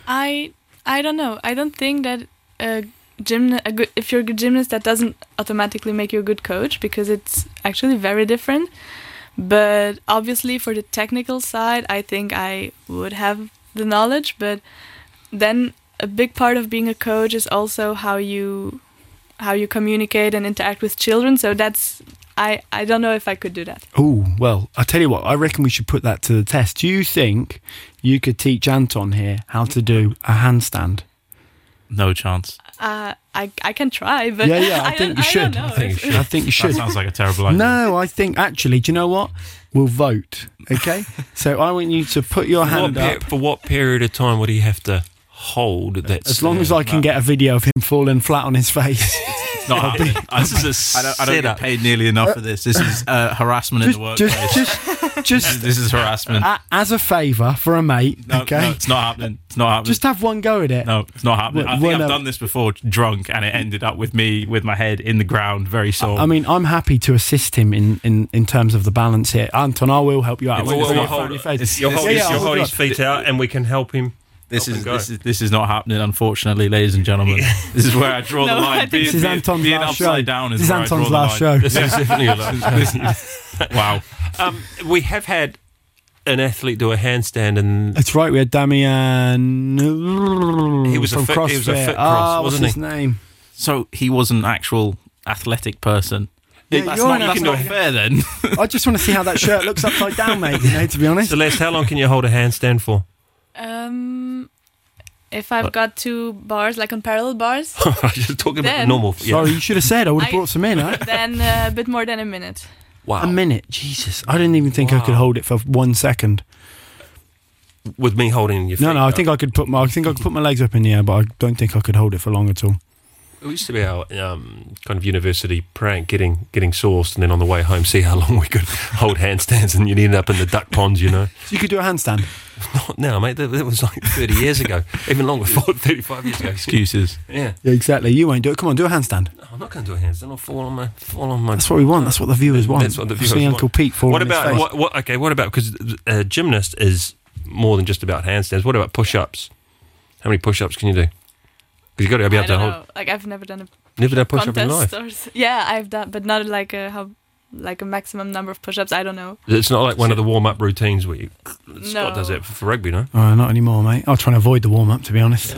[SPEAKER 6] I I don't know. I don't think that a gymna- a good if you're a good gymnast that doesn't automatically make you a good coach because it's actually very different. But obviously for the technical side, I think I would have the knowledge, but then a big part of being a coach is also how you how you communicate and interact with children. So that's I I don't know if I could do that.
[SPEAKER 5] Oh, well, I tell you what, I reckon we should put that to the test. Do you think you could teach Anton here how to do a handstand?
[SPEAKER 7] No chance.
[SPEAKER 6] Uh, I I can try, but
[SPEAKER 5] Yeah, yeah, I think
[SPEAKER 6] don't-
[SPEAKER 5] you should.
[SPEAKER 6] don't know.
[SPEAKER 5] I think you should. I think you should.
[SPEAKER 7] That sounds like a terrible idea.
[SPEAKER 5] No, I think actually, do you know what? We'll vote. Okay? so I want you to put your
[SPEAKER 4] What
[SPEAKER 5] hand
[SPEAKER 4] pe-
[SPEAKER 5] up.
[SPEAKER 4] for what period of time would he have to hold that?
[SPEAKER 5] As long as I can get a video of him falling flat on his face.
[SPEAKER 7] It's not happening.
[SPEAKER 4] This is a
[SPEAKER 8] I don't, I don't get
[SPEAKER 4] setup.
[SPEAKER 8] paid nearly enough for this. This is uh, harassment in the
[SPEAKER 5] just,
[SPEAKER 8] workplace.
[SPEAKER 5] just, just, just
[SPEAKER 8] this is harassment.
[SPEAKER 5] a, as a favour for a mate,
[SPEAKER 7] No,
[SPEAKER 5] okay?
[SPEAKER 7] no, it's not happening. It's not happening.
[SPEAKER 5] just have one go at it.
[SPEAKER 7] no, it's not happening.
[SPEAKER 5] Wait,
[SPEAKER 7] I think
[SPEAKER 5] one
[SPEAKER 7] I've
[SPEAKER 5] of-
[SPEAKER 7] done this before, drunk, and it ended up with me with my head in the ground, very sore.
[SPEAKER 5] I mean, I'm happy to assist him in, in, in terms of the balance here. Anton, I will help you out.
[SPEAKER 4] If
[SPEAKER 5] Won't
[SPEAKER 4] we'll-
[SPEAKER 5] you?
[SPEAKER 4] we'll
[SPEAKER 5] Flat on
[SPEAKER 4] hold-
[SPEAKER 5] your face.
[SPEAKER 8] it's-
[SPEAKER 4] You'll
[SPEAKER 8] This
[SPEAKER 4] hold,
[SPEAKER 8] is-
[SPEAKER 4] his,
[SPEAKER 5] Yeah, oh,
[SPEAKER 4] you'll
[SPEAKER 5] I'll
[SPEAKER 4] hold
[SPEAKER 5] do
[SPEAKER 4] his
[SPEAKER 5] it.
[SPEAKER 4] feet out, and we can help him.
[SPEAKER 8] This
[SPEAKER 4] Up
[SPEAKER 8] is,
[SPEAKER 4] and go.
[SPEAKER 8] this is this is not happening, unfortunately, ladies and gentlemen. this is where I draw the
[SPEAKER 6] No, I
[SPEAKER 8] line.
[SPEAKER 6] think
[SPEAKER 8] Being,
[SPEAKER 5] This is
[SPEAKER 8] being-
[SPEAKER 5] Anton's
[SPEAKER 8] being
[SPEAKER 5] last
[SPEAKER 8] upside
[SPEAKER 5] show.
[SPEAKER 8] down is
[SPEAKER 5] this is
[SPEAKER 8] where I draw
[SPEAKER 5] Anton's
[SPEAKER 8] the
[SPEAKER 5] last
[SPEAKER 8] line.
[SPEAKER 5] show.
[SPEAKER 4] This is definitely a lot.
[SPEAKER 7] wow.
[SPEAKER 4] um, we have had an athlete do a handstand, and
[SPEAKER 5] That's right. We had Damian. He
[SPEAKER 4] was a
[SPEAKER 5] from
[SPEAKER 4] fit-
[SPEAKER 5] CrossFit.
[SPEAKER 4] he was a fit cross,
[SPEAKER 5] Ah, what's
[SPEAKER 4] wasn't
[SPEAKER 5] his
[SPEAKER 4] he?
[SPEAKER 5] name?
[SPEAKER 7] So he was an actual athletic person.
[SPEAKER 5] Yeah,
[SPEAKER 7] that's
[SPEAKER 5] you're
[SPEAKER 7] not,
[SPEAKER 5] an
[SPEAKER 7] that's
[SPEAKER 5] athletic-
[SPEAKER 7] not fair then.
[SPEAKER 5] I just want to see how that shirt looks upside down, mate. You know, to be honest.
[SPEAKER 4] Celeste, how long can you hold a handstand for?
[SPEAKER 6] Um, if I've got two bars, like on parallel bars,
[SPEAKER 4] I was just talking about
[SPEAKER 6] Then-
[SPEAKER 4] normal. Yeah.
[SPEAKER 5] Sorry, you should have said. I would have
[SPEAKER 6] I-
[SPEAKER 5] brought some in. Huh?
[SPEAKER 6] then uh, a bit more than a minute.
[SPEAKER 4] Wow.
[SPEAKER 5] A minute, Jesus! I didn't even think I could
[SPEAKER 4] Wow.
[SPEAKER 5] hold it for one second.
[SPEAKER 4] With me holding your feet.
[SPEAKER 5] No, no, I
[SPEAKER 4] up.
[SPEAKER 5] think I could put my, I think I could put my legs up in the air, but I don't think I could hold it for long at all.
[SPEAKER 4] It used to be our um, kind of university prank, getting getting sourced, and then on the way home, see how long we could hold handstands, and you'd end up in the duck ponds, you know.
[SPEAKER 5] So you could do a handstand.
[SPEAKER 4] Not now, mate. That, that was like 30 years ago, even longer, 40, 35 years ago.
[SPEAKER 7] Excuses.
[SPEAKER 4] Yeah,
[SPEAKER 5] Yeah, exactly. You won't do it. Come on, do a handstand.
[SPEAKER 4] No, I'm not going to do a handstand. I'll fall on my fall on my.
[SPEAKER 5] That's what we want. That's what the viewers want.
[SPEAKER 4] That's what the
[SPEAKER 5] We'll
[SPEAKER 4] viewers
[SPEAKER 5] see
[SPEAKER 4] want.
[SPEAKER 5] Uncle Pete fall
[SPEAKER 4] What
[SPEAKER 5] on his
[SPEAKER 4] about
[SPEAKER 5] face.
[SPEAKER 4] what, what? Okay, what about because uh, gymnast is more than just about handstands. What about push-ups? How many push-ups can you do? Because you got to be
[SPEAKER 6] I
[SPEAKER 4] able to
[SPEAKER 6] don't
[SPEAKER 4] hold.
[SPEAKER 6] know. Like I've never done a
[SPEAKER 4] Never done a push-up in
[SPEAKER 6] contest
[SPEAKER 4] life.
[SPEAKER 6] or s- yeah, I've done, but not like a how like a maximum number of push-ups. I don't know.
[SPEAKER 4] It's not like one of the warm-up routines where you. Scott
[SPEAKER 6] No.
[SPEAKER 4] does that for, for rugby, no?
[SPEAKER 5] Oh, not anymore, mate. I'll try and avoid the warm up, to be honest.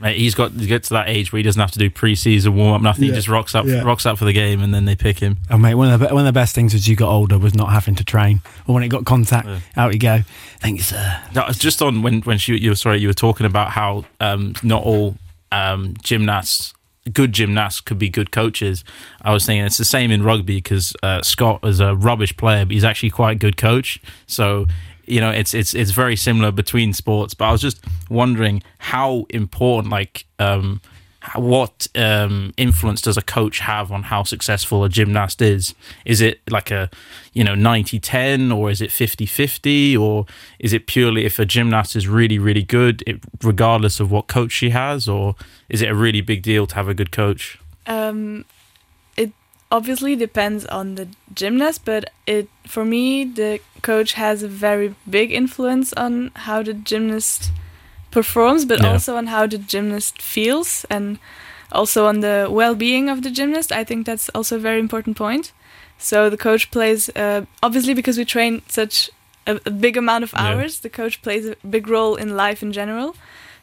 [SPEAKER 7] Mate, he's got to get to that age where he doesn't have to do pre-season warm up. Nothing.
[SPEAKER 5] Yeah,
[SPEAKER 7] He just rocks up,
[SPEAKER 5] yeah.
[SPEAKER 7] rocks up for the game, and then they pick him.
[SPEAKER 5] Oh, mate, one of the be- one of the best things as you got older was not having to train, or when it got contact, out you go. Thanks, sir.
[SPEAKER 7] No, it's just on when when she, you were sorry you were talking about how um, not all um, gymnasts, good gymnasts, could be good coaches. I was thinking it's the same in rugby because uh, Scott is a rubbish player, but he's actually quite a good coach. So you know it's it's it's very similar between sports. But I was just wondering how important like. Um, h- what um, influence does a coach have on how successful a gymnast is? Is it like a, you know, 90 10 or is it 50 50? Or is it purely if a gymnast is really, really good, it, regardless of what coach she has? Or is it a really big deal to have a good coach?
[SPEAKER 6] Um, it obviously depends on the gymnast, but it for me the coach has a very big influence on how the gymnast performs, but
[SPEAKER 7] Yeah.
[SPEAKER 6] also on how the gymnast feels and also on the well-being of the gymnast. I think that's also a very important point. So the coach plays uh, obviously because we train such a, a big amount of
[SPEAKER 7] Yeah.
[SPEAKER 6] hours. The coach plays a big role in life in general.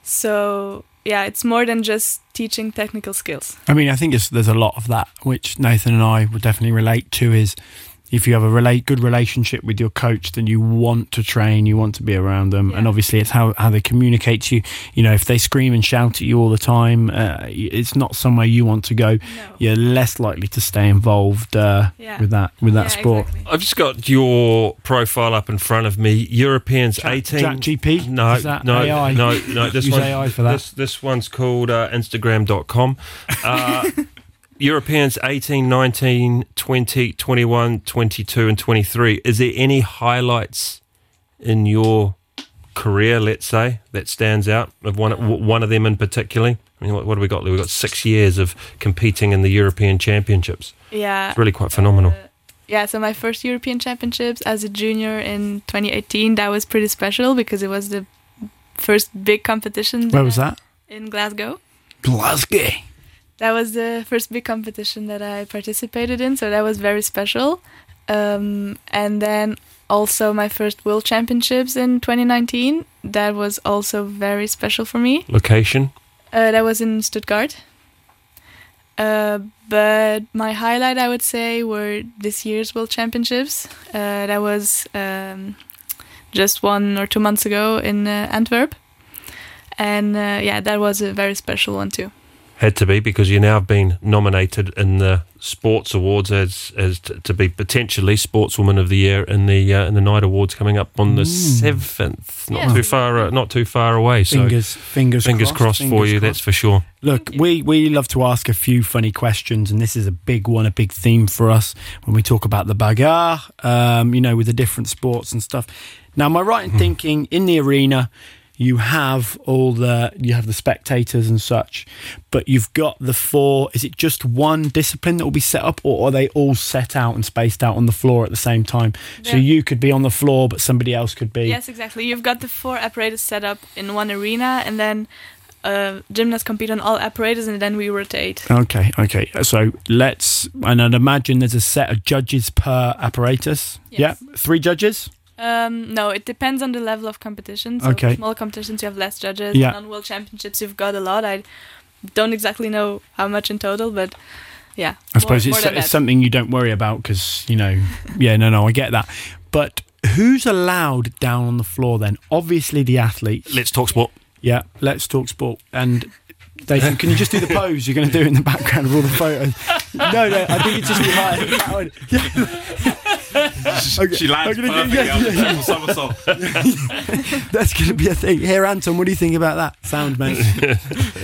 [SPEAKER 6] So yeah, it's more than just teaching technical skills.
[SPEAKER 5] I mean, I think it's, there's a lot of that, which Nathan and I would definitely relate to. Is if you have a relate good relationship with your coach, then you want to train, you want to be around them, and
[SPEAKER 6] Yeah.
[SPEAKER 5] obviously it's how how they communicate to you. You know, if they scream and shout at you all the time, uh, y- it's not somewhere you want to go.
[SPEAKER 6] No.
[SPEAKER 5] You're less likely to stay involved uh,
[SPEAKER 6] Yeah.
[SPEAKER 5] with that with that
[SPEAKER 6] Yeah,
[SPEAKER 5] sport.
[SPEAKER 6] exactly.
[SPEAKER 4] I've just got your profile up in front of me. Europeans
[SPEAKER 5] Chat-
[SPEAKER 4] 18.
[SPEAKER 5] Chat GP?
[SPEAKER 4] No,
[SPEAKER 5] Is that
[SPEAKER 4] no,
[SPEAKER 5] AI?
[SPEAKER 4] no, no. This
[SPEAKER 5] Use
[SPEAKER 4] one,
[SPEAKER 5] AI for that.
[SPEAKER 4] This, this one's called uh, Instagram.com. Uh, Europeans 18, 19, 20, 21, 22, and 23. Is there any highlights in your career, let's say, that stands out of one w- one of them in particular? I mean, what, what have we got? We've got six years of competing in the European Championships.
[SPEAKER 6] Yeah.
[SPEAKER 4] It's really quite phenomenal.
[SPEAKER 6] Uh, Yeah, so my first European Championships as a junior in 2018, that was pretty special because it was the first big competition.
[SPEAKER 5] Where was that?
[SPEAKER 6] In Glasgow.
[SPEAKER 5] Glasgow.
[SPEAKER 6] That was the first big competition that I participated in, so that was very special. Um, and then also my first World Championships in 2019. That was also very special for me.
[SPEAKER 4] Location.
[SPEAKER 6] Uh, that was in Stuttgart. Uh, but my highlight, I would say, were this year's World Championships. Uh, that was um, just one or two months ago in uh, Antwerp. And uh, yeah, that was a very special one too.
[SPEAKER 4] Had to be because you now have been nominated in the sports awards as as t- to be potentially sportswoman of the year in the uh, in the night awards coming up on the seventh. Not
[SPEAKER 6] Yeah.
[SPEAKER 4] too far. Uh, not too far away. So fingers,
[SPEAKER 5] Fingers, fingers,
[SPEAKER 4] crossed, for you. That's for sure.
[SPEAKER 5] Look, we, we love to ask a few funny questions, and this is a big one, a big theme for us when we talk about the bagarre, um, you know, with the different sports and stuff. Now, am I right
[SPEAKER 4] Hmm.
[SPEAKER 5] in thinking in the arena, you have all the you have the spectators and such, but you've got the four. Is it just one discipline that will be set up, or are they all set out and spaced out on the floor at the same time? So
[SPEAKER 6] Yeah.
[SPEAKER 5] you could be on the floor, but somebody else could be.
[SPEAKER 6] Yes, exactly. You've got the four apparatus set up in one arena, and then uh, gymnasts compete on all apparatus, and then we rotate.
[SPEAKER 5] Okay, okay. So let's, and I'd imagine there's a set of judges per apparatus.
[SPEAKER 6] Yes.
[SPEAKER 5] Yeah, three judges.
[SPEAKER 6] Um, no, it depends on the level of competition. So
[SPEAKER 5] Okay.
[SPEAKER 6] Small competitions, you have less judges.
[SPEAKER 5] Yeah.
[SPEAKER 6] And on world championships, you've got a lot. I don't exactly know how much in total, but yeah.
[SPEAKER 5] I suppose it's,
[SPEAKER 6] more, more than
[SPEAKER 5] it's
[SPEAKER 6] that.
[SPEAKER 5] something you don't worry about because, you know, yeah, no, no, I get that. But who's allowed down on the floor then? Obviously the athletes.
[SPEAKER 4] Let's talk sport.
[SPEAKER 5] Yeah, let's talk sport. And they can, can you just do the pose you're going to do in the background of all the photos? No, no, I think it's just behind that one. Yeah. Okay,
[SPEAKER 7] She lands
[SPEAKER 5] I'm gonna do- yeah,
[SPEAKER 7] perfectly
[SPEAKER 5] yeah,
[SPEAKER 7] after the somersault.
[SPEAKER 5] That's going to be a thing. Here, Anton, what do you think about that sound, mate?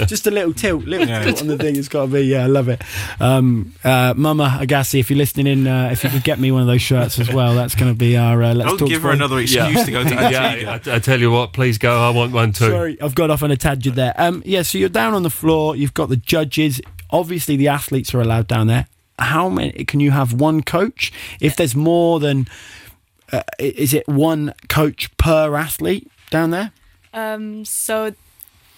[SPEAKER 5] Just a little tilt, little tilt on the thing. It's got to be, yeah, I love it. Um, uh, Mama Agassi, if you're listening in, uh, if you could get me one of those shirts as well, that's going to be our uh, let's
[SPEAKER 7] Don't
[SPEAKER 5] talk.
[SPEAKER 7] give her
[SPEAKER 5] Sport.
[SPEAKER 7] another excuse to go to Antigua.
[SPEAKER 4] yeah, I, I tell you what. Please go. I want one too.
[SPEAKER 5] Sorry, I've got off on a tangent there. Um, yeah, so you're down on the floor. You've got the judges. Obviously, the athletes are allowed down there. How many can you have? One coach? If there's more than, uh, i- is it one coach per athlete down there?
[SPEAKER 6] Um, so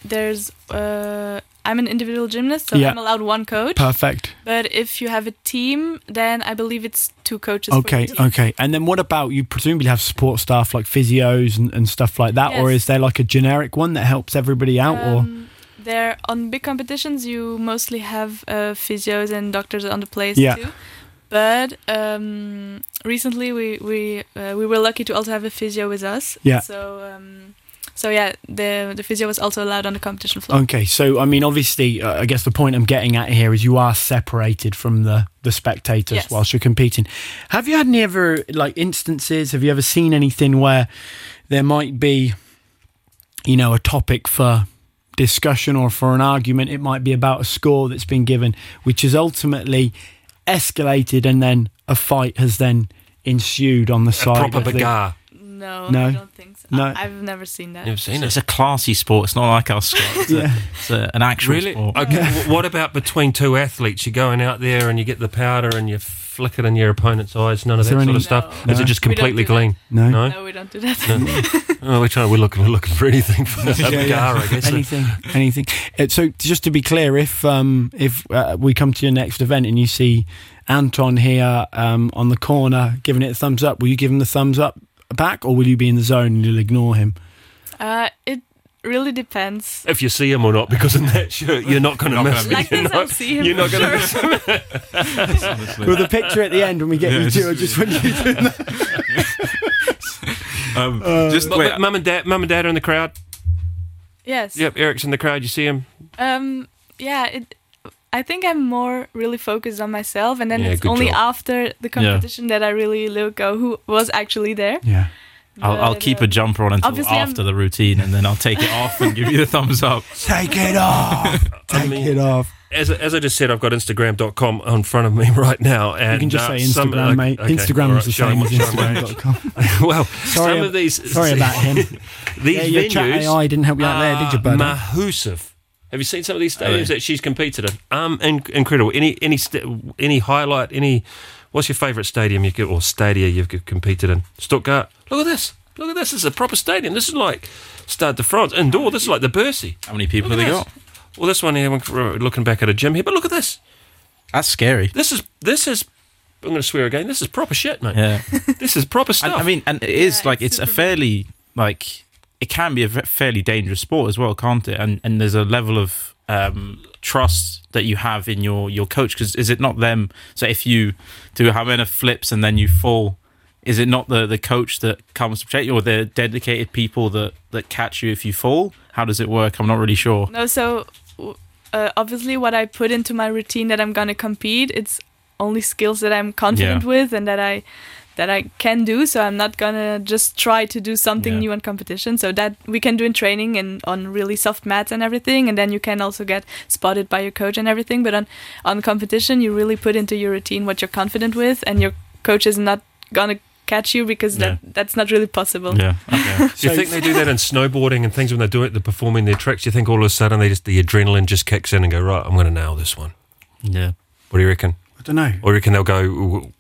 [SPEAKER 6] there's. Uh, I'm an individual gymnast, so
[SPEAKER 5] Yeah.
[SPEAKER 6] I'm allowed one coach.
[SPEAKER 5] Perfect.
[SPEAKER 6] But if you have a team, then I believe it's two coaches. for
[SPEAKER 5] Okay,
[SPEAKER 6] the team.
[SPEAKER 5] okay. And then what about you? Presumably have support staff like physios and, and stuff like that, or
[SPEAKER 6] Yes.
[SPEAKER 5] is there like a generic one that helps everybody out? or
[SPEAKER 6] Um, there on big competitions, you mostly have uh, physios and doctors on the place
[SPEAKER 5] Yeah.
[SPEAKER 6] too. But um, recently, we we uh, we were lucky to also have a physio with us.
[SPEAKER 5] Yeah.
[SPEAKER 6] So um, so yeah, the the physio was also allowed on the competition floor.
[SPEAKER 5] okay, so I mean, obviously, uh, I guess the point I'm getting at here is you are separated from the the spectators
[SPEAKER 6] Yes.
[SPEAKER 5] whilst you're competing. Have you had any ever like instances? Have you ever seen anything where there might be, you know, a topic for discussion or for an argument? It might be about a score that's been given, which is ultimately escalated, and then a fight has then ensued on the
[SPEAKER 4] A
[SPEAKER 5] side.
[SPEAKER 4] proper
[SPEAKER 5] of the-
[SPEAKER 4] bagar.
[SPEAKER 6] No,
[SPEAKER 5] No.
[SPEAKER 6] I don't think so.
[SPEAKER 5] No.
[SPEAKER 6] I, have never seen that.
[SPEAKER 4] You've seen
[SPEAKER 7] It's
[SPEAKER 4] it.
[SPEAKER 7] a classy sport. It's not like our sport. It's,
[SPEAKER 5] Yeah.
[SPEAKER 7] a, it's a, an actual
[SPEAKER 4] Really?
[SPEAKER 7] sport.
[SPEAKER 4] Okay. w- what about between two athletes? You're going out there and you get the powder and you flick it in your opponent's eyes. None of
[SPEAKER 5] Is
[SPEAKER 4] that
[SPEAKER 5] there
[SPEAKER 4] sort
[SPEAKER 5] any-
[SPEAKER 4] of stuff.
[SPEAKER 5] No.
[SPEAKER 4] Is it just
[SPEAKER 6] We don't
[SPEAKER 4] completely
[SPEAKER 6] do that.
[SPEAKER 4] clean?
[SPEAKER 5] No.
[SPEAKER 4] No.
[SPEAKER 6] No, we don't do that.
[SPEAKER 4] Oh, we're trying. We're looking. We're looking for anything for the
[SPEAKER 5] Yeah,
[SPEAKER 4] bagar,
[SPEAKER 5] yeah.
[SPEAKER 4] I guess.
[SPEAKER 5] anything, anything. Uh, so just to be clear, if um, if uh, we come to your next event and you see Anton here um, on the corner giving it a thumbs up, will you give him the thumbs up back, or will you be in the zone and you'll ignore him?
[SPEAKER 6] uh, it really depends.
[SPEAKER 4] if you see him or not, because in that shirt you're not going to miss.
[SPEAKER 7] gonna
[SPEAKER 4] it.
[SPEAKER 6] Like
[SPEAKER 4] you're
[SPEAKER 6] this, I'll
[SPEAKER 4] not,
[SPEAKER 6] see him.
[SPEAKER 4] you're not
[SPEAKER 6] for
[SPEAKER 4] going to
[SPEAKER 6] sure.
[SPEAKER 4] miss him.
[SPEAKER 5] Well, the picture at the end when we get you two, I just want you to.
[SPEAKER 7] Um, just
[SPEAKER 4] But,
[SPEAKER 7] wait.
[SPEAKER 4] but mum and dad, mum and dad are in the crowd.
[SPEAKER 6] Yes.
[SPEAKER 4] Yep, Eric's in the crowd. You see him.
[SPEAKER 6] Um, yeah, it, I think I'm more really focused on myself, and then
[SPEAKER 4] Yeah,
[SPEAKER 6] it's
[SPEAKER 4] good
[SPEAKER 6] only
[SPEAKER 4] job.
[SPEAKER 6] after the competition that I really look at who was actually there.
[SPEAKER 5] Yeah.
[SPEAKER 7] I'll, I'll keep a jumper on until
[SPEAKER 6] Obviously,
[SPEAKER 7] after
[SPEAKER 6] I'm-
[SPEAKER 7] the routine, and then I'll take it off and give you the thumbs up.
[SPEAKER 5] Take it off. Take
[SPEAKER 4] mean-
[SPEAKER 5] it off.
[SPEAKER 4] As, as I just said, I've got Instagram.com in front of me right now. And,
[SPEAKER 5] You can just
[SPEAKER 4] uh,
[SPEAKER 5] say Instagram,
[SPEAKER 4] some- uh,
[SPEAKER 5] mate.
[SPEAKER 4] okay,
[SPEAKER 5] Instagram
[SPEAKER 4] all
[SPEAKER 5] is the
[SPEAKER 4] show
[SPEAKER 5] same
[SPEAKER 4] him
[SPEAKER 5] as
[SPEAKER 4] what- show him what-
[SPEAKER 5] Instagram.com.
[SPEAKER 4] well,
[SPEAKER 5] Sorry,
[SPEAKER 4] some
[SPEAKER 5] ab-
[SPEAKER 4] of these.
[SPEAKER 5] sorry about him.
[SPEAKER 4] These
[SPEAKER 5] yeah, your
[SPEAKER 4] venues.
[SPEAKER 5] chat AI didn't help you out there, did you,
[SPEAKER 4] are
[SPEAKER 5] bud? Oh,
[SPEAKER 4] Mahousov. Have you seen some of these stadiums
[SPEAKER 7] yeah.
[SPEAKER 4] that she's competed in? Um, in- incredible. Any any st- any highlight? Any What's your favourite stadium you could, or stadia you've c- competed in? Stuttgart. Look at this. Look at this. This is a proper stadium. This is like Stade de France. Indoor. This is like the Bercy.
[SPEAKER 7] How many people
[SPEAKER 4] Look
[SPEAKER 7] have
[SPEAKER 4] at
[SPEAKER 7] they
[SPEAKER 4] this.
[SPEAKER 7] got?
[SPEAKER 4] Well, this one here, we're looking back at a gym here, but look at this.
[SPEAKER 7] That's scary.
[SPEAKER 4] This is this is. I'm going to swear again. This is proper shit, mate.
[SPEAKER 7] Yeah.
[SPEAKER 4] This is proper
[SPEAKER 7] And,
[SPEAKER 4] stuff.
[SPEAKER 7] I mean, and it is
[SPEAKER 6] it's
[SPEAKER 7] like it's
[SPEAKER 6] super
[SPEAKER 7] a
[SPEAKER 6] big.
[SPEAKER 7] fairly like it can be a ve- fairly dangerous sport as well, can't it? And and there's a level of um, trust that you have in your your coach because is it not them? So if you do however flips and then you fall, is it not the the coach that comes to protect you, or the dedicated people that that catch you if you fall? How does it work? I'm not really sure.
[SPEAKER 6] No, so w- uh, obviously, what I put into my routine that I'm gonna compete, it's only skills that I'm confident
[SPEAKER 7] Yeah.
[SPEAKER 6] with and that I that I can do. So I'm not gonna just try to do something
[SPEAKER 7] Yeah.
[SPEAKER 6] new in competition. So that we can do in training and on really soft mats and everything, and then you can also get spotted by your coach and everything. But on on competition, you really put into your routine what you're confident with, and your coach is not gonna catch you because that that's not really possible.
[SPEAKER 7] Yeah. Okay.
[SPEAKER 4] Do you think they do that in snowboarding and things when they do it, they're performing their tricks? Do you think all of a sudden they just the adrenaline just kicks in and go right? I'm going to nail this one.
[SPEAKER 7] yeah.
[SPEAKER 4] What do you reckon?
[SPEAKER 5] I don't know.
[SPEAKER 4] Or you reckon they'll go? "Ooh,"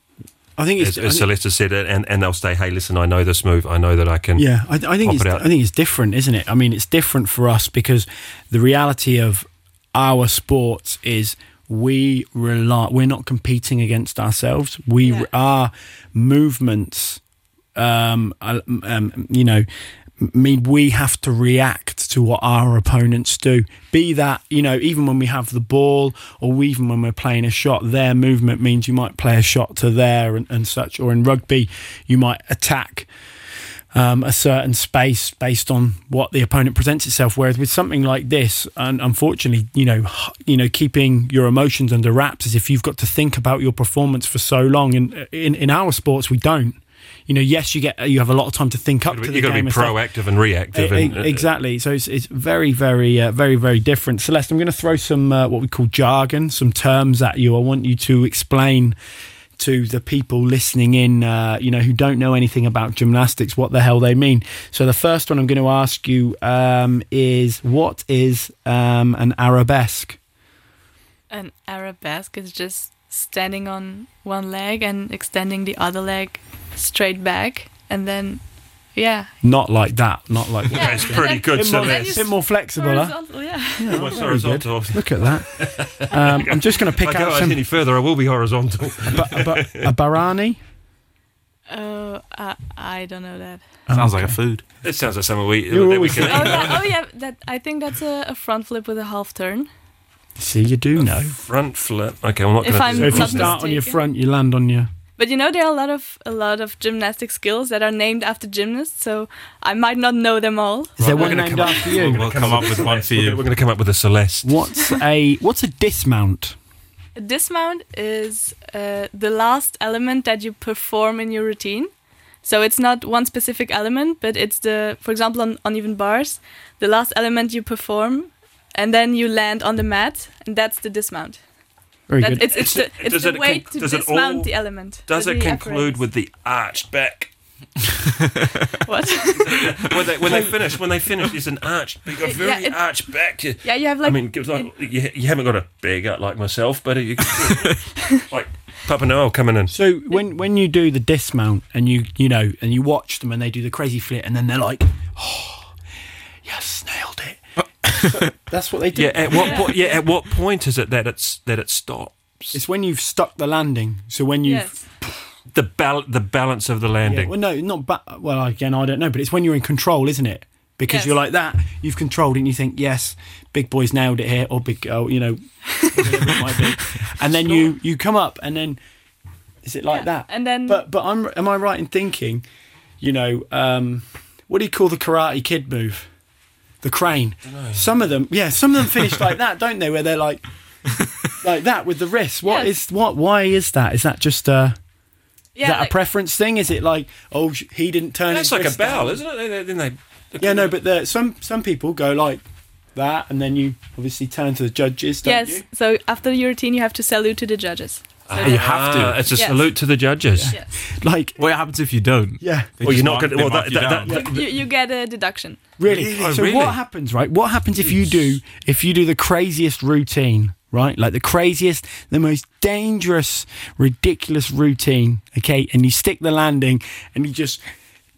[SPEAKER 5] I think it's
[SPEAKER 4] As, as
[SPEAKER 5] I think-
[SPEAKER 4] Celeste said, and and they'll say, "Hey, listen, I know this move. I know that I can."
[SPEAKER 5] yeah. I, I think
[SPEAKER 4] pop
[SPEAKER 5] it's
[SPEAKER 4] it out.
[SPEAKER 5] I think it's different, isn't it? I mean, it's different for us because the reality of our sports is we rely. We're not competing against ourselves. We
[SPEAKER 6] Yeah.
[SPEAKER 5] our movements. Um, uh, um, you know, m- mean we have to react to what our opponents do. Be that, you know, even when we have the ball or even when we're playing a shot, their movement means you might play a shot to there and, and such. Or in rugby, you might attack um, a certain space based on what the opponent presents itself. Whereas with something like this, and unfortunately, you know, h- you know, keeping your emotions under wraps is if you've got to think about your performance for so long. And uh, in, in our sports, we don't. You know, yes, you get you have a lot of time to think up
[SPEAKER 4] You've
[SPEAKER 5] to
[SPEAKER 4] got
[SPEAKER 5] the
[SPEAKER 4] to
[SPEAKER 5] game.
[SPEAKER 4] be
[SPEAKER 5] and stuff.
[SPEAKER 4] proactive and reactive.
[SPEAKER 5] E-
[SPEAKER 4] and, uh,
[SPEAKER 5] e- exactly. So it's, it's very, very, uh, very, very different. Celeste, I'm going to throw some uh, what we call jargon, some terms at you. I want you to explain to the people listening in, uh, you know, who don't know anything about gymnastics, what the hell they mean. So the first one I'm going to ask you um, is what is um, an arabesque?
[SPEAKER 6] An arabesque is just standing on one leg and extending the other leg straight back, and then, yeah.
[SPEAKER 5] Not like that. Not like that.
[SPEAKER 4] It's pretty good.
[SPEAKER 5] Bit more,
[SPEAKER 4] So
[SPEAKER 6] Then
[SPEAKER 4] that's
[SPEAKER 6] you
[SPEAKER 5] bit more flexible. Huh?
[SPEAKER 6] Horizontal, yeah.
[SPEAKER 4] almost
[SPEAKER 5] very good.
[SPEAKER 4] horizontal.
[SPEAKER 5] Look at that. Um, I'm just going to
[SPEAKER 4] If
[SPEAKER 5] pick
[SPEAKER 4] I go
[SPEAKER 5] out some.
[SPEAKER 4] any further, I will be horizontal.
[SPEAKER 5] A, ba- a, ba- a barani.
[SPEAKER 6] Oh, I, I don't know that.
[SPEAKER 7] Sounds like a food.
[SPEAKER 4] It sounds like something we
[SPEAKER 5] You're
[SPEAKER 4] that we
[SPEAKER 5] always
[SPEAKER 4] can.
[SPEAKER 6] Oh yeah, oh yeah. That I think that's a, a front flip with a half turn.
[SPEAKER 5] See, you do know.
[SPEAKER 4] Front flip. Okay, I'm not
[SPEAKER 6] If
[SPEAKER 4] going
[SPEAKER 6] I'm
[SPEAKER 5] So
[SPEAKER 4] to.
[SPEAKER 5] if you
[SPEAKER 6] not
[SPEAKER 5] start on your
[SPEAKER 6] mistaken.
[SPEAKER 5] front, you land on your.
[SPEAKER 6] But you know there are a lot of a lot of gymnastic skills that are named after gymnasts, so I might not know them all.
[SPEAKER 5] Is
[SPEAKER 4] Right,
[SPEAKER 5] there
[SPEAKER 4] we're
[SPEAKER 5] one
[SPEAKER 4] gonna
[SPEAKER 5] named
[SPEAKER 4] come up-
[SPEAKER 5] after you?
[SPEAKER 7] We'll come up with one for
[SPEAKER 4] We're
[SPEAKER 7] you.
[SPEAKER 4] going to come up with a Celeste.
[SPEAKER 5] What's a what's a dismount?
[SPEAKER 6] A dismount is uh, the last element that you perform in your routine. So it's not one specific element, but it's the, for example, on uneven bars, the last element you perform, and then you land on the mat, and that's the dismount.
[SPEAKER 5] Very
[SPEAKER 6] That,
[SPEAKER 5] good.
[SPEAKER 6] it's it's the,
[SPEAKER 4] Does
[SPEAKER 6] it's
[SPEAKER 4] it
[SPEAKER 6] the
[SPEAKER 4] con-
[SPEAKER 6] way to
[SPEAKER 4] does it
[SPEAKER 6] dismount
[SPEAKER 4] all-
[SPEAKER 6] the element.
[SPEAKER 4] Does
[SPEAKER 6] the
[SPEAKER 4] it conclude
[SPEAKER 6] apparatus.
[SPEAKER 4] with the arched back?
[SPEAKER 6] what?
[SPEAKER 4] When they, when they finish, when they finish, it's an arched, big, a
[SPEAKER 6] Yeah,
[SPEAKER 4] very
[SPEAKER 6] it-
[SPEAKER 4] arched back. You-
[SPEAKER 6] yeah, you have
[SPEAKER 4] I
[SPEAKER 6] like
[SPEAKER 4] mean, gives like, you, you haven't got a big gut like myself, but you, like Papa Noel coming in.
[SPEAKER 5] so when when you do the dismount and you you know and you watch them and they do the crazy flip and then they're like, oh, yes, nailed it. That's what they do.
[SPEAKER 4] Yeah, at what point? Yeah, at what point is it that it's that it stops?
[SPEAKER 5] It's when you've stuck the landing. So when you've
[SPEAKER 6] yes.
[SPEAKER 4] the bal- the balance of the
[SPEAKER 5] Yeah,
[SPEAKER 4] landing.
[SPEAKER 5] well, no, not ba- well. Again, I don't know, but it's when you're in control, isn't it? Because
[SPEAKER 6] Yes.
[SPEAKER 5] you're like that, you've controlled, it and you think, yes, big boys nailed it here, or big girl, you know, whatever it might be. and then you you come up, and then is it like
[SPEAKER 6] Yeah,
[SPEAKER 5] that?
[SPEAKER 6] and then-
[SPEAKER 5] but but I'm am I right in thinking, you know, um, what do you call the Karate Kid move? The crane. Some of them, yeah, some of them finish like that, don't they? Where they're like. Like that with the wrist. What is
[SPEAKER 6] Yes.
[SPEAKER 5] what? Why is that? Is that just uh,
[SPEAKER 6] Yeah,
[SPEAKER 5] is that
[SPEAKER 6] like-
[SPEAKER 5] a preference thing? Is it like, oh, sh- he didn't turn
[SPEAKER 4] That's
[SPEAKER 5] his
[SPEAKER 4] like a
[SPEAKER 5] wrist down?
[SPEAKER 4] bell, isn't it? They- they- Then they,
[SPEAKER 5] Yeah, no, but there, some some people go like that, and then you obviously turn to the judges, don't
[SPEAKER 6] yes.
[SPEAKER 5] you?
[SPEAKER 6] So after your routine, you have to salute to the judges. So
[SPEAKER 4] Ah,
[SPEAKER 6] that-
[SPEAKER 7] you have to.
[SPEAKER 4] It's a
[SPEAKER 6] Yes.
[SPEAKER 4] salute to the judges.
[SPEAKER 6] yes.
[SPEAKER 5] Like,
[SPEAKER 7] What happens if you don't?
[SPEAKER 5] yeah,
[SPEAKER 7] They
[SPEAKER 4] Well,
[SPEAKER 7] just
[SPEAKER 4] you're not
[SPEAKER 7] mark-
[SPEAKER 4] gonna-
[SPEAKER 7] they
[SPEAKER 4] well,
[SPEAKER 7] mark
[SPEAKER 4] that-
[SPEAKER 7] you
[SPEAKER 4] that-
[SPEAKER 7] down.
[SPEAKER 4] that-
[SPEAKER 6] You, you get a deduction.
[SPEAKER 5] really.
[SPEAKER 4] Oh,
[SPEAKER 5] so
[SPEAKER 4] really?
[SPEAKER 5] what happens, right? What happens if you do if you do the craziest routine right? Like the craziest, the most dangerous, ridiculous routine, okay? And you stick the landing and you just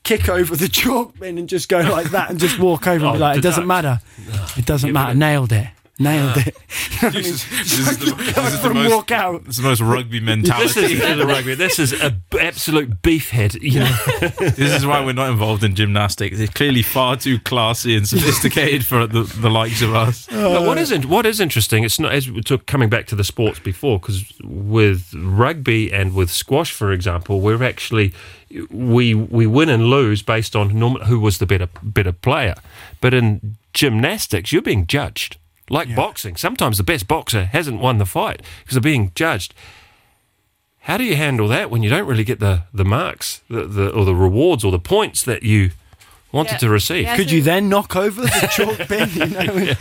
[SPEAKER 5] kick over the chalk bin and just go like that and just walk over and be
[SPEAKER 4] Oh,
[SPEAKER 5] like, it doesn't
[SPEAKER 4] deduct.
[SPEAKER 5] matter. It doesn't matter. Nailed it. Nailed it. You know what I mean?
[SPEAKER 9] This is, this is the, this is the
[SPEAKER 5] From
[SPEAKER 9] most.
[SPEAKER 5] walk out.
[SPEAKER 9] This is the most rugby
[SPEAKER 4] This is
[SPEAKER 9] mentality.
[SPEAKER 4] the rugby. This is a b- absolute beefhead. You know,
[SPEAKER 9] this is why we're not involved in gymnastics. It's clearly far too classy and sophisticated for the, the likes of us.
[SPEAKER 4] But what is in- what is interesting? It's not as we took coming back to the sports before because with rugby and with squash, for example, we're actually we we win and lose based on norm- who was the better better player. But in gymnastics, you're being judged like boxing. Sometimes the best boxer hasn't won the fight because they're being judged. How do you handle that when you don't really get the the marks, the, the or the rewards or the points that you wanted
[SPEAKER 6] Yeah.
[SPEAKER 4] to receive?
[SPEAKER 6] Yeah.
[SPEAKER 5] Could you then knock over the chalk bin? You know?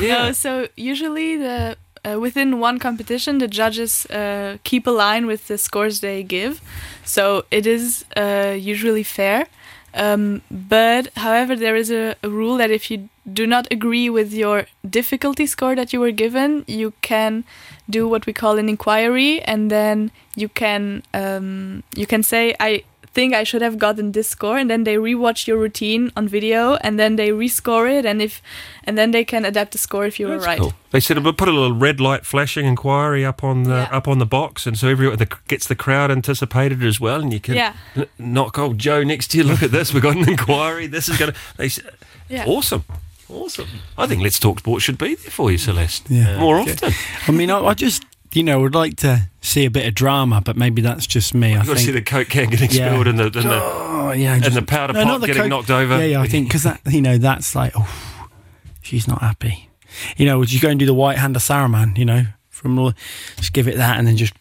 [SPEAKER 4] Yeah.
[SPEAKER 6] No, so usually the uh, within one competition, the judges uh, keep a line with the scores they give, so it is uh, usually fair. Um, but however, there is a, a rule that if you do not agree with your difficulty score that you were given, you can do what we call an inquiry, and then you can um, you can say I think I should have gotten this score, and then they rewatch your routine on video, and then they rescore it, and if and then they can adapt the score if you were right.
[SPEAKER 4] Cool. They said we'll put a little red light flashing inquiry up on the
[SPEAKER 6] Yeah.
[SPEAKER 4] up on the box, and so everyone the, gets the crowd anticipated as well. And you can
[SPEAKER 6] Yeah.
[SPEAKER 4] n- knock old Joe next to you. Look at this, we've got an inquiry. This is going to. They s
[SPEAKER 6] Yeah.
[SPEAKER 4] awesome, awesome. I think Let's Talk Sport should be there for you, Celeste. uh,
[SPEAKER 5] Yeah.
[SPEAKER 4] more often.
[SPEAKER 5] I mean, I, I just, you know, would like to see a bit of drama, but maybe that's just me. I
[SPEAKER 4] You've got to see
[SPEAKER 5] think.
[SPEAKER 4] the coke can getting
[SPEAKER 5] Yeah.
[SPEAKER 4] spilled and the, and the
[SPEAKER 5] oh, yeah.
[SPEAKER 4] and the powder
[SPEAKER 5] No,
[SPEAKER 4] pot
[SPEAKER 5] not the
[SPEAKER 4] getting
[SPEAKER 5] coke-
[SPEAKER 4] knocked over.
[SPEAKER 5] Yeah, yeah. I think because that, you know, that's like, oh, she's not happy. You know, would you go and do the white hand of Saruman? You know, from all- just give it that and then just.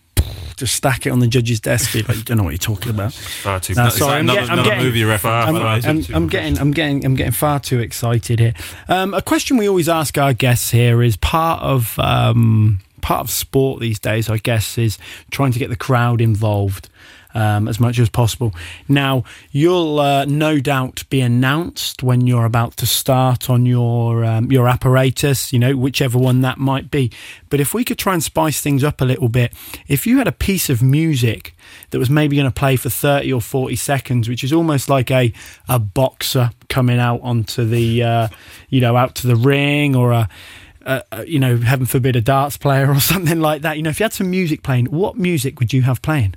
[SPEAKER 5] Just stack it on the judge's desk. Be like, you don't know what you're talking about.
[SPEAKER 4] far too.
[SPEAKER 5] No,
[SPEAKER 4] much.
[SPEAKER 9] Is
[SPEAKER 5] sorry,
[SPEAKER 9] that
[SPEAKER 5] I'm
[SPEAKER 9] another,
[SPEAKER 5] get- I'm
[SPEAKER 9] another
[SPEAKER 5] getting-
[SPEAKER 9] movie reference.
[SPEAKER 4] Far-
[SPEAKER 9] by the way?
[SPEAKER 5] I'm, I'm, I'm getting, I'm getting, I'm getting far too excited here. Um, a question we always ask our guests here is part of um, part of sport these days, I guess, is trying to get the crowd involved um, as much as possible. Now, you'll uh, no doubt be announced when you're about to start on your um, your apparatus, you know, whichever one that might be. But if we could try and spice things up a little bit, if you had a piece of music that was maybe going to play for 30 or 40 seconds, which is almost like a, a boxer coming out onto the, uh, you know, out to the ring or a, a, a, you know, heaven forbid, a darts player or something like that. You know, if you had some music playing, what music would you have playing?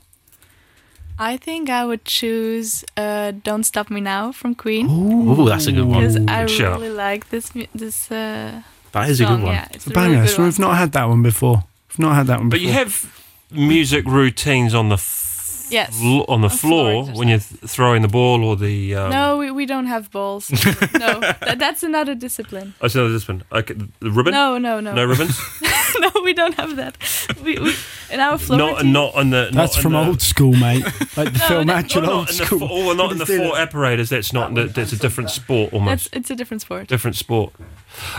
[SPEAKER 6] I think I would choose uh, "Don't Stop Me Now" from Queen
[SPEAKER 7] Ooh, that's a good one.
[SPEAKER 6] because I
[SPEAKER 4] good shout.
[SPEAKER 6] really like this mu- this uh,
[SPEAKER 7] That is a
[SPEAKER 6] song.
[SPEAKER 7] good one.
[SPEAKER 6] Yeah, it's a
[SPEAKER 5] Banger.
[SPEAKER 6] really good
[SPEAKER 5] so
[SPEAKER 6] one.
[SPEAKER 5] we've not had that one before. We've not had that one
[SPEAKER 4] But
[SPEAKER 5] before.
[SPEAKER 4] you have music routines on the f-
[SPEAKER 6] Yes.
[SPEAKER 4] l- on the
[SPEAKER 6] On floor
[SPEAKER 4] floor when you're th- throwing the ball or the um,
[SPEAKER 6] no, we, we don't have balls. no, that, that's another discipline.
[SPEAKER 4] Oh, so this one. Okay, the ribbon.
[SPEAKER 6] No, no, no,
[SPEAKER 4] No ribbons.
[SPEAKER 6] no, we don't have that. We, we in our floor.
[SPEAKER 4] not
[SPEAKER 6] routine-
[SPEAKER 4] not on the
[SPEAKER 5] That's
[SPEAKER 4] not
[SPEAKER 5] from
[SPEAKER 4] on the,
[SPEAKER 5] old school, mate. Like the film
[SPEAKER 6] that-
[SPEAKER 5] Actual
[SPEAKER 4] not
[SPEAKER 5] Old
[SPEAKER 4] in the
[SPEAKER 5] School.
[SPEAKER 4] fo- or not in the
[SPEAKER 5] Let's do
[SPEAKER 4] four
[SPEAKER 5] that.
[SPEAKER 4] apparatus that's not that that's a different sport almost
[SPEAKER 6] That's it's a different sport.
[SPEAKER 4] different sport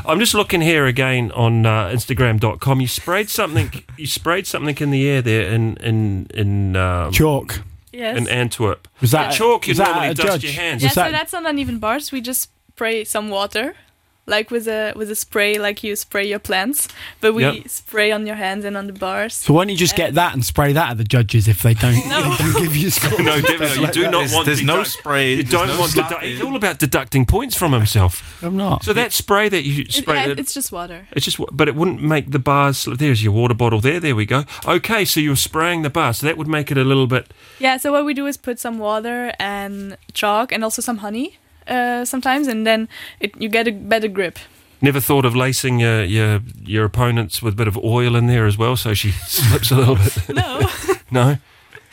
[SPEAKER 4] i'm just looking here again on uh, instagram.com you sprayed something you sprayed something in the air there in in in um,
[SPEAKER 5] Chalk.
[SPEAKER 6] Yes.
[SPEAKER 4] in antwerp
[SPEAKER 5] Was that
[SPEAKER 4] chalk you
[SPEAKER 5] was that
[SPEAKER 4] normally
[SPEAKER 5] a
[SPEAKER 4] dust
[SPEAKER 5] judge?
[SPEAKER 4] your hands
[SPEAKER 6] yeah,
[SPEAKER 5] Was
[SPEAKER 6] so
[SPEAKER 5] that-
[SPEAKER 6] that's on uneven bars. We just spray some water, like with a with a spray, like you spray your plants. But we
[SPEAKER 4] Yep.
[SPEAKER 6] spray on your hands and on the bars.
[SPEAKER 5] So why don't you just
[SPEAKER 4] Um,
[SPEAKER 5] get that and spray that at the judges if they don't,
[SPEAKER 6] No.
[SPEAKER 5] if they don't give you scores?
[SPEAKER 4] no, definitely, you do not
[SPEAKER 9] There's,
[SPEAKER 4] want
[SPEAKER 9] there's
[SPEAKER 4] to
[SPEAKER 9] no
[SPEAKER 4] deduct-
[SPEAKER 9] spray.
[SPEAKER 4] you
[SPEAKER 9] there's
[SPEAKER 4] don't
[SPEAKER 9] no
[SPEAKER 4] want to
[SPEAKER 9] slapping.
[SPEAKER 4] it's all about deducting points from himself
[SPEAKER 5] I'm not.
[SPEAKER 4] so that spray that you
[SPEAKER 6] It-
[SPEAKER 4] spray
[SPEAKER 6] yeah,
[SPEAKER 4] that-
[SPEAKER 6] it's just water.
[SPEAKER 4] It's just, but it wouldn't make the bars. sl- There's your water bottle there. There we go. Okay, so you're spraying the bar, so that would make it a little bit.
[SPEAKER 6] Yeah. So what we do is put some water and chalk and also some honey. Uh, sometimes and then it, you get a better grip.
[SPEAKER 4] Never thought of lacing your your your opponents with a bit of oil in there as well, so she slips a little bit.
[SPEAKER 6] No,
[SPEAKER 4] No, no,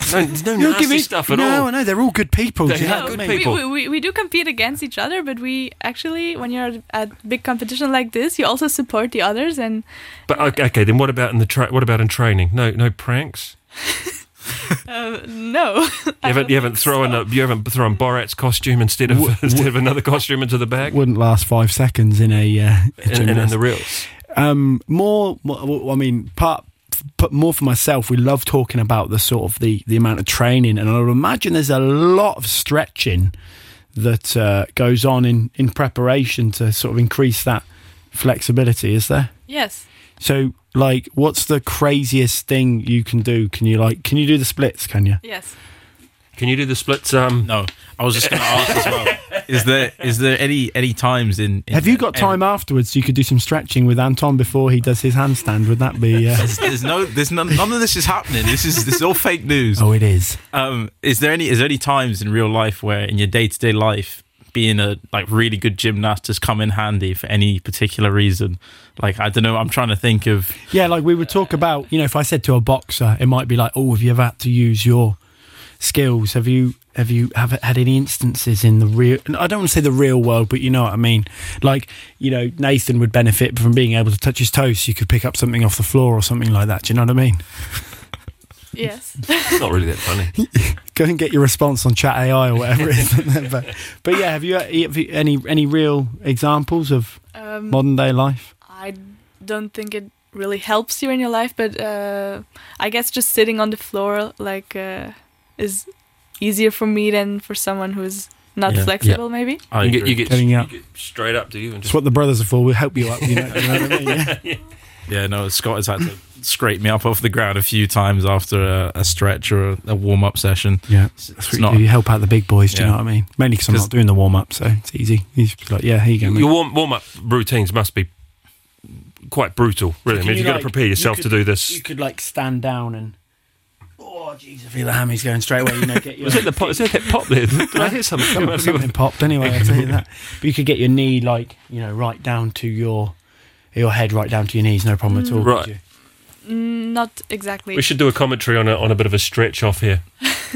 [SPEAKER 4] there's no
[SPEAKER 5] You're
[SPEAKER 4] nasty
[SPEAKER 5] giving-
[SPEAKER 4] stuff at
[SPEAKER 5] no,
[SPEAKER 4] all.
[SPEAKER 5] No, they're all good people.
[SPEAKER 4] They
[SPEAKER 5] do you
[SPEAKER 4] are
[SPEAKER 5] know what
[SPEAKER 4] good
[SPEAKER 5] I mean?
[SPEAKER 6] we,
[SPEAKER 4] people.
[SPEAKER 6] we, we, we do compete against each other, but we actually, when you're at big competition like this, you also support the others and
[SPEAKER 4] But okay, okay, then what about in the tra- what about in training? No, no pranks.
[SPEAKER 6] uh, no.
[SPEAKER 4] You haven't you haven't thrown a, you haven't thrown Borat's costume instead of instead of another costume into the bag
[SPEAKER 5] Wouldn't last five seconds in a. Uh,
[SPEAKER 4] and, and in
[SPEAKER 5] gymnast.
[SPEAKER 4] the real.
[SPEAKER 5] um, more, more. I mean, part. But more for myself, we love talking about the sort of the, the amount of training, and I would imagine there's a lot of stretching that uh, goes on in, in preparation to sort of increase that flexibility. Is there?
[SPEAKER 6] Yes.
[SPEAKER 5] So, like, what's the craziest thing you can do? Can you like, can you do the splits? Can you?
[SPEAKER 6] Yes.
[SPEAKER 4] Can you do the splits? Um,
[SPEAKER 7] No, I was just going to ask as well.
[SPEAKER 9] Is there is there any any times in, in
[SPEAKER 5] Have you got time afterwards? You could do some stretching with Anton before he does his handstand. Would that be? Uh...
[SPEAKER 9] There's, there's no there's none, none of this is happening. This is this is all fake news.
[SPEAKER 5] oh, it is.
[SPEAKER 9] Um, is there any is there any times in real life where in your day to day life being a like really good gymnast has come in handy for any particular reason? Like I don't know. I'm trying to think of
[SPEAKER 5] Yeah, like we would talk about, you know, if I said to a boxer, it might be like, "Oh, have you ever had to use your skills? Have you have you have had any instances in the real? and I don't want to say the real world, but you know what I mean. Like, you know, Nathan would benefit from being able to touch his toes. You could pick up something off the floor or something like that. Do you know what I mean?
[SPEAKER 6] Yes.
[SPEAKER 4] it's not really that funny.
[SPEAKER 5] Go and get your response on Chat AI or whatever it is. but, but yeah, have you, uh, have you any any real examples of
[SPEAKER 6] Um,
[SPEAKER 5] modern day life?
[SPEAKER 6] I don't think it really helps you in your life, but uh, I guess just sitting on the floor like uh, is easier for me than for someone who's not
[SPEAKER 7] Yeah.
[SPEAKER 6] flexible, maybe.
[SPEAKER 7] I
[SPEAKER 4] you, get, you,
[SPEAKER 7] agree.
[SPEAKER 4] get,
[SPEAKER 5] Getting
[SPEAKER 4] you
[SPEAKER 5] up.
[SPEAKER 4] get straight up, do you? And
[SPEAKER 5] It's
[SPEAKER 4] just
[SPEAKER 5] what the brothers are for. We'll help you up. You know, you know what I mean? Yeah.
[SPEAKER 9] yeah. No, Scott has had to scrape me up off the ground a few times after a, a stretch or a, a warm up session.
[SPEAKER 5] Yeah,
[SPEAKER 9] It's-
[SPEAKER 5] that's
[SPEAKER 9] it's
[SPEAKER 5] what you
[SPEAKER 9] not-
[SPEAKER 5] do. You help out the big boys. Do you
[SPEAKER 9] Yeah.
[SPEAKER 5] know what I mean? Mainly because I'm
[SPEAKER 9] 'Cause-
[SPEAKER 5] not doing the warm up, so it's easy. He's just like, yeah, here you go. Mate.
[SPEAKER 4] your warm, warm up routines must be quite brutal, really. I mean,
[SPEAKER 5] Can
[SPEAKER 4] if you've got
[SPEAKER 5] like-
[SPEAKER 4] to prepare yourself
[SPEAKER 5] you
[SPEAKER 4] to
[SPEAKER 5] could-
[SPEAKER 4] do this.
[SPEAKER 5] You could like stand down and. Oh jeez, I feel the hammies going straight away. You know, get your
[SPEAKER 4] was it the pop? Is it that pop there? Did I hear something?
[SPEAKER 5] something popped anyway. I tell you that. But you could get your knee like you know right down to your your head, right down to your knees. No problem at all. could
[SPEAKER 4] Right.
[SPEAKER 5] you?
[SPEAKER 6] Mm, not exactly.
[SPEAKER 4] We should do a commentary on a, on a bit of a stretch off here.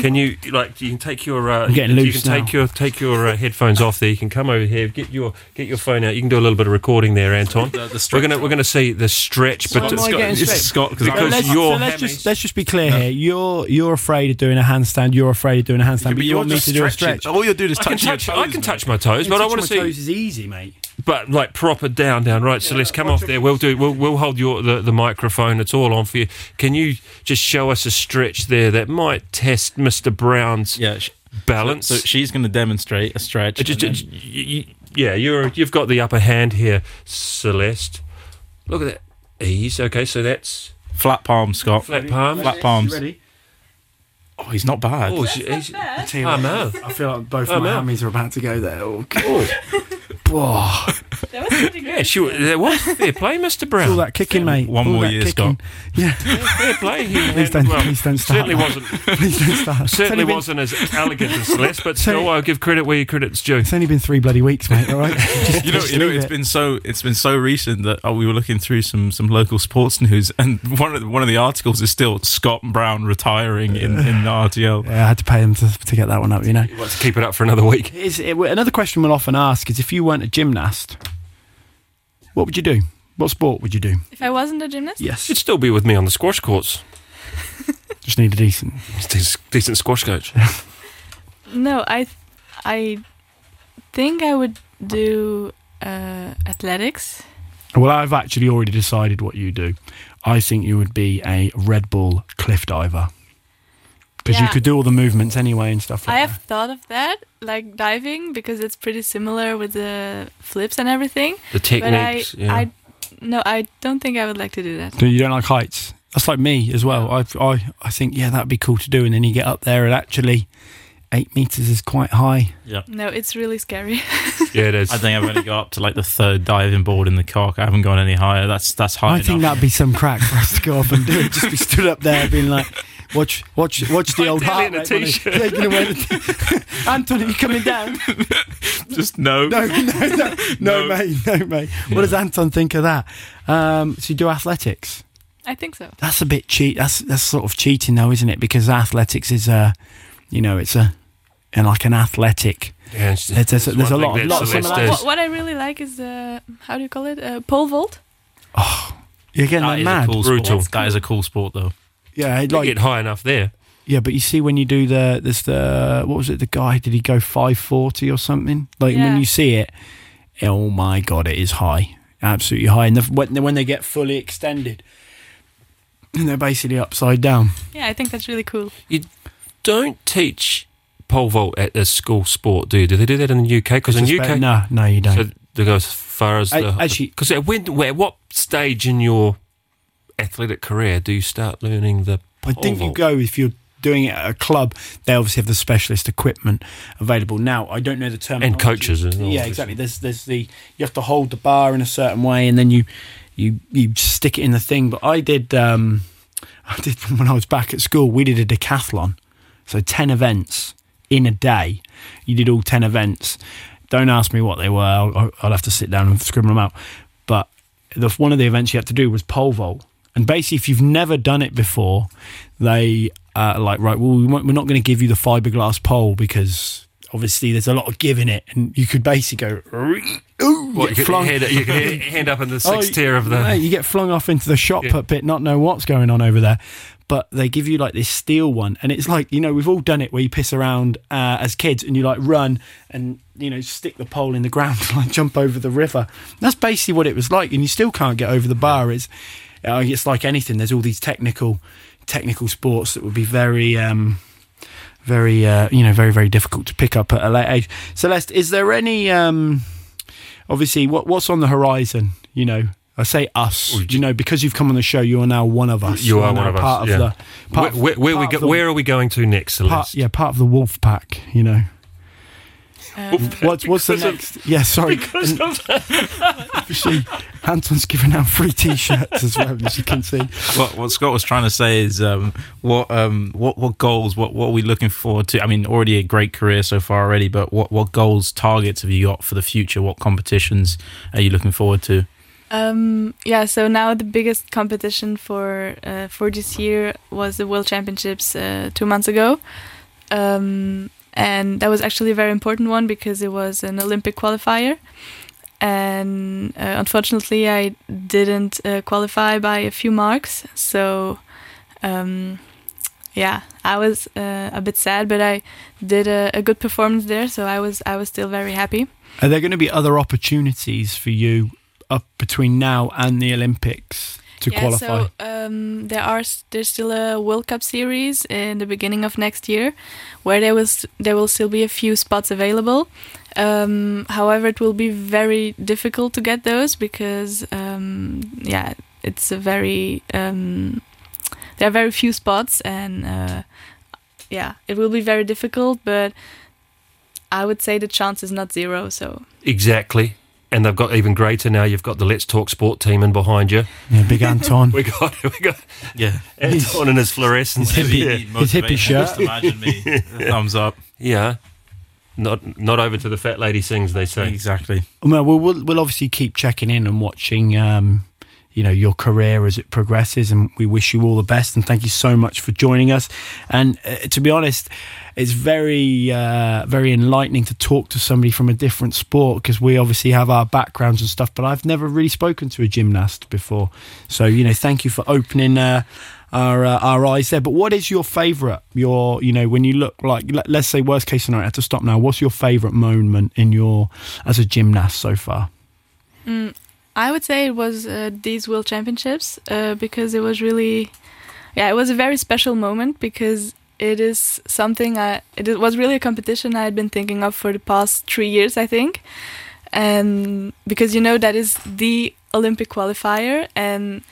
[SPEAKER 4] Can you like you can take your uh, you
[SPEAKER 5] getting
[SPEAKER 4] can-
[SPEAKER 5] loose
[SPEAKER 4] you can take
[SPEAKER 5] now.
[SPEAKER 4] your take your uh, headphones off there. You can come over here, get your get your phone out. You can do a little bit of recording there, Anton. we're gonna we're gonna see the stretch, but
[SPEAKER 5] am I
[SPEAKER 4] Scott-
[SPEAKER 5] getting
[SPEAKER 4] it's
[SPEAKER 5] stretched?
[SPEAKER 4] Scott because
[SPEAKER 5] So let's, so
[SPEAKER 4] your
[SPEAKER 5] let's just let's just be clear here. You're you're afraid of doing a handstand. You're afraid of doing a handstand. But you want me to do a stretch.
[SPEAKER 9] All you're doing is
[SPEAKER 4] I can
[SPEAKER 9] touching
[SPEAKER 4] touch
[SPEAKER 9] your toes.
[SPEAKER 4] I can touch my toes, but I want to see
[SPEAKER 5] is easy, mate.
[SPEAKER 4] but like proper down down right. So let's come off there. We'll do we'll we'll hold your the, the microphone. It's all on for you. Can you just show us a stretch there that might test Mr Brown's
[SPEAKER 9] Yeah. sh-
[SPEAKER 4] balance?
[SPEAKER 9] So she's going to demonstrate a stretch.
[SPEAKER 4] It just-
[SPEAKER 9] and
[SPEAKER 4] it- y- y- yeah, you're you've got the upper hand here, Celeste. Look at that ease. Okay, so that's
[SPEAKER 9] then flat palm, Scott.
[SPEAKER 4] flat palm.
[SPEAKER 9] Flat palms.
[SPEAKER 5] Ready?
[SPEAKER 9] Oh, he's not bad.
[SPEAKER 4] Oh, she- he's-
[SPEAKER 5] Tell you
[SPEAKER 4] oh
[SPEAKER 5] what,
[SPEAKER 4] no.
[SPEAKER 5] I feel like both
[SPEAKER 4] Oh,
[SPEAKER 5] my
[SPEAKER 4] no.
[SPEAKER 5] hammies are about to go there. Oh, God.
[SPEAKER 4] Oh,
[SPEAKER 5] Whoa.
[SPEAKER 6] That was pretty
[SPEAKER 4] yeah, she, that was fair play, Mr.
[SPEAKER 5] All
[SPEAKER 4] Brown.
[SPEAKER 5] that kicking, mate.
[SPEAKER 9] One
[SPEAKER 5] All
[SPEAKER 9] more
[SPEAKER 5] that
[SPEAKER 9] year,
[SPEAKER 5] kicking.
[SPEAKER 9] Scott.
[SPEAKER 5] Yeah,
[SPEAKER 4] Fair play. He had-
[SPEAKER 5] don't-
[SPEAKER 4] well,
[SPEAKER 5] please don't start
[SPEAKER 4] Certainly
[SPEAKER 5] that.
[SPEAKER 4] wasn't.
[SPEAKER 5] please don't start. It's only
[SPEAKER 4] Certainly
[SPEAKER 5] been-
[SPEAKER 4] wasn't as elegant as Celeste, but still, I'll give credit where your credit's due.
[SPEAKER 5] It's only been three bloody weeks, mate. All right. Just-
[SPEAKER 9] you know,
[SPEAKER 5] just
[SPEAKER 9] you know,
[SPEAKER 5] leave
[SPEAKER 9] it's
[SPEAKER 5] it.
[SPEAKER 9] been so it's been so recent that oh, we were looking through some some local sports news, and one of the, one of the articles is still Scott Brown retiring in in the RTL.
[SPEAKER 5] Yeah, I had to pay them to, to get that one up. You know.
[SPEAKER 4] You want to keep it up for another week?
[SPEAKER 5] Is it, another question we'll often ask is if you weren't a gymnast, what would you do? What sport would you do?
[SPEAKER 6] If I wasn't a gymnast,
[SPEAKER 5] Yes.
[SPEAKER 4] You'd still be with me on the squash courts.
[SPEAKER 5] Just need a decent.
[SPEAKER 4] Dec- Decent squash coach.
[SPEAKER 6] no, I, th- I think I would do uh, athletics.
[SPEAKER 5] Well, I've actually already decided what you do. I think you would be a Red Bull cliff diver. Because you
[SPEAKER 6] Yeah.
[SPEAKER 5] could do all the movements anyway and stuff like
[SPEAKER 6] I have thought of that, like diving, because it's pretty similar with the flips and everything.
[SPEAKER 4] The
[SPEAKER 6] But I,
[SPEAKER 4] techniques. yeah.
[SPEAKER 6] I, no, I don't think I would like to do that.
[SPEAKER 5] that. Do you don't like heights? That's like me as well. I, I, I think, yeah, that'd be cool to do. And then you get up there and actually, eight metres is quite high.
[SPEAKER 6] No, it's really scary.
[SPEAKER 4] yeah, it is.
[SPEAKER 7] I think I've only got up to like the third diving board in the cock. I haven't gone any higher. That's that's
[SPEAKER 5] I
[SPEAKER 7] high enough.
[SPEAKER 5] think that'd be some crack for us to go off and do it. Just be stood up there being like, watch, watch, watch the old
[SPEAKER 4] Ideally in
[SPEAKER 5] heart
[SPEAKER 4] a
[SPEAKER 5] rate when
[SPEAKER 4] t-shirt.
[SPEAKER 5] they're taking away the t- Anton, are you coming down?
[SPEAKER 9] Just no,
[SPEAKER 5] No, no, no, no,
[SPEAKER 9] No.
[SPEAKER 5] mate, no, mate. What does Anton think of that? Um, so you do athletics.
[SPEAKER 6] I think so.
[SPEAKER 5] That's a bit cheat. That's that's sort of cheating, though, isn't it? Because athletics is a, you know, it's a, and like an athletic.
[SPEAKER 4] Yeah, it's-
[SPEAKER 5] There's, there's, there's a
[SPEAKER 4] one
[SPEAKER 5] lot,
[SPEAKER 4] thing that
[SPEAKER 5] lot of
[SPEAKER 4] Celeste
[SPEAKER 5] similarities.
[SPEAKER 6] What, what I really like is the how do you call it? Uh, pole vault.
[SPEAKER 5] You're getting
[SPEAKER 7] That
[SPEAKER 5] like
[SPEAKER 7] is
[SPEAKER 5] mad.
[SPEAKER 7] a cool
[SPEAKER 4] Brutal.
[SPEAKER 7] sport. That is a cool sport though.
[SPEAKER 5] Yeah, it
[SPEAKER 4] You
[SPEAKER 5] like
[SPEAKER 4] get high enough there.
[SPEAKER 5] yeah, but you see when you do the there's the what was it? The guy did he go five forty or something? Like when
[SPEAKER 6] Yeah.
[SPEAKER 5] you see it, oh my god, it is high, absolutely high. And the, when when they get fully extended, and they're basically upside down.
[SPEAKER 6] Yeah, I think that's really cool.
[SPEAKER 4] Don't teach pole vault at a school sport, do you? Do they do that in the UK? Because in
[SPEAKER 5] Just
[SPEAKER 4] the
[SPEAKER 5] about-
[SPEAKER 4] UK,
[SPEAKER 5] no, no, you don't.
[SPEAKER 4] so to go as far as
[SPEAKER 5] I-
[SPEAKER 4] the
[SPEAKER 5] actually-
[SPEAKER 4] because when where what stage in your athletic career do you start learning the?
[SPEAKER 5] I
[SPEAKER 4] pole
[SPEAKER 5] think you
[SPEAKER 4] vault?
[SPEAKER 5] go if you're doing it at a club. They obviously have the specialist equipment available. Now I don't know the term
[SPEAKER 4] And coaches as well,
[SPEAKER 5] Yeah,
[SPEAKER 4] obviously.
[SPEAKER 5] exactly. There's there's the you have to hold the bar in a certain way, and then you you you stick it in the thing. But I did um, I did when I was back at school. We did a decathlon, so ten events in a day. You did all ten events. Don't ask me what they were. I'll, I'll have to sit down and scribble them out. But the one of the events you had to do was pole vault. And basically, if you've never done it before, they uh, are like, right, well, we won't, we're not going to give you the fiberglass pole because obviously there's a lot of give in it. And you could basically go, ooh,
[SPEAKER 4] What,
[SPEAKER 5] get
[SPEAKER 4] you can
[SPEAKER 5] flung.
[SPEAKER 4] hand, you can hand up in the
[SPEAKER 5] Oh,
[SPEAKER 4] sixth tier of the.
[SPEAKER 5] mate, you get flung off into the shot
[SPEAKER 4] Yeah.
[SPEAKER 5] put pit, not know what's going on over there. But they give you like this steel one, and it's like you know we've all done it where you piss around uh, as kids and you like run and you know stick the pole in the ground and like jump over the river. That's basically what it was like, and you still can't get over the bar. It's uh, it's like anything. There's all these technical technical sports that would be very. Um, very, uh, you know, very, very difficult to pick up at a late age. Celeste, is there any um, obviously what what's on the horizon you know i say us you know because you've come on the show you are now one of us
[SPEAKER 4] You are
[SPEAKER 5] now
[SPEAKER 4] one of us.
[SPEAKER 5] part
[SPEAKER 4] yeah.
[SPEAKER 5] of the part
[SPEAKER 4] where, where,
[SPEAKER 5] of,
[SPEAKER 4] where we
[SPEAKER 5] part
[SPEAKER 4] go,
[SPEAKER 5] of the-
[SPEAKER 4] where are we going to next,
[SPEAKER 5] part,
[SPEAKER 4] Celeste?
[SPEAKER 5] yeah part of the wolf pack you know
[SPEAKER 6] Um,
[SPEAKER 5] what's what's the next yeah sorry and- she, anton's given out free t-shirts as well as you can see
[SPEAKER 9] what, what Scott was trying to say is um, what um, what what goals what what are we looking forward to? I mean, already a great career so far already, but what what goals targets have you got for the future? What competitions are you looking forward to?
[SPEAKER 6] Um, yeah, so now the biggest competition for uh, for this year was the World Championships uh, two months ago, um, and that was actually a very important one because it was an Olympic qualifier, and uh, unfortunately I didn't uh, qualify by a few marks, so um, yeah, I was uh, a bit sad, but I did a, a good performance there, so I was I was still very happy.
[SPEAKER 5] are there going to be other opportunities for you up between now and the olympics to qualify
[SPEAKER 6] So um, there are s- there's still a World Cup series in the beginning of next year, where there was there will still be a few spots available. Um, however, it will be very difficult to get those because um, yeah, it's a very um, there are very few spots and uh, yeah, it will be very difficult. But I would say the chance is not zero. So
[SPEAKER 4] Exactly. And they've got even greater now. You've got the Let's Talk Sport team in behind you.
[SPEAKER 5] yeah, big anton
[SPEAKER 4] We got we got
[SPEAKER 9] Yeah,
[SPEAKER 4] Anton and his fluorescent. Yeah.
[SPEAKER 5] his hippie shirt.
[SPEAKER 9] Just imagine me. Thumbs up.
[SPEAKER 4] yeah. Not not over to the fat lady sings. They say.
[SPEAKER 9] Exactly.
[SPEAKER 5] Well, we'll we'll, we'll obviously keep checking in and watching. Um, you know your career as it progresses, and we wish you all the best. And thank you so much for joining us. And uh, to be honest, it's very uh, very enlightening to talk to somebody from a different sport because we obviously have our backgrounds and stuff. But I've never really spoken to a gymnast before, so you know thank you for opening. Uh, our, uh, our eyes there, but what is your favourite? Your you know when you look like let, let's say worst case scenario, I have to stop now. What's your favourite moment in your as a gymnast so far?
[SPEAKER 6] I would say it was uh, these World Championships uh, because it was really, yeah, it was a very special moment because it is something I, it is- was really a competition I had been thinking of for the past three years, I think. And because you know that is the Olympic qualifier, and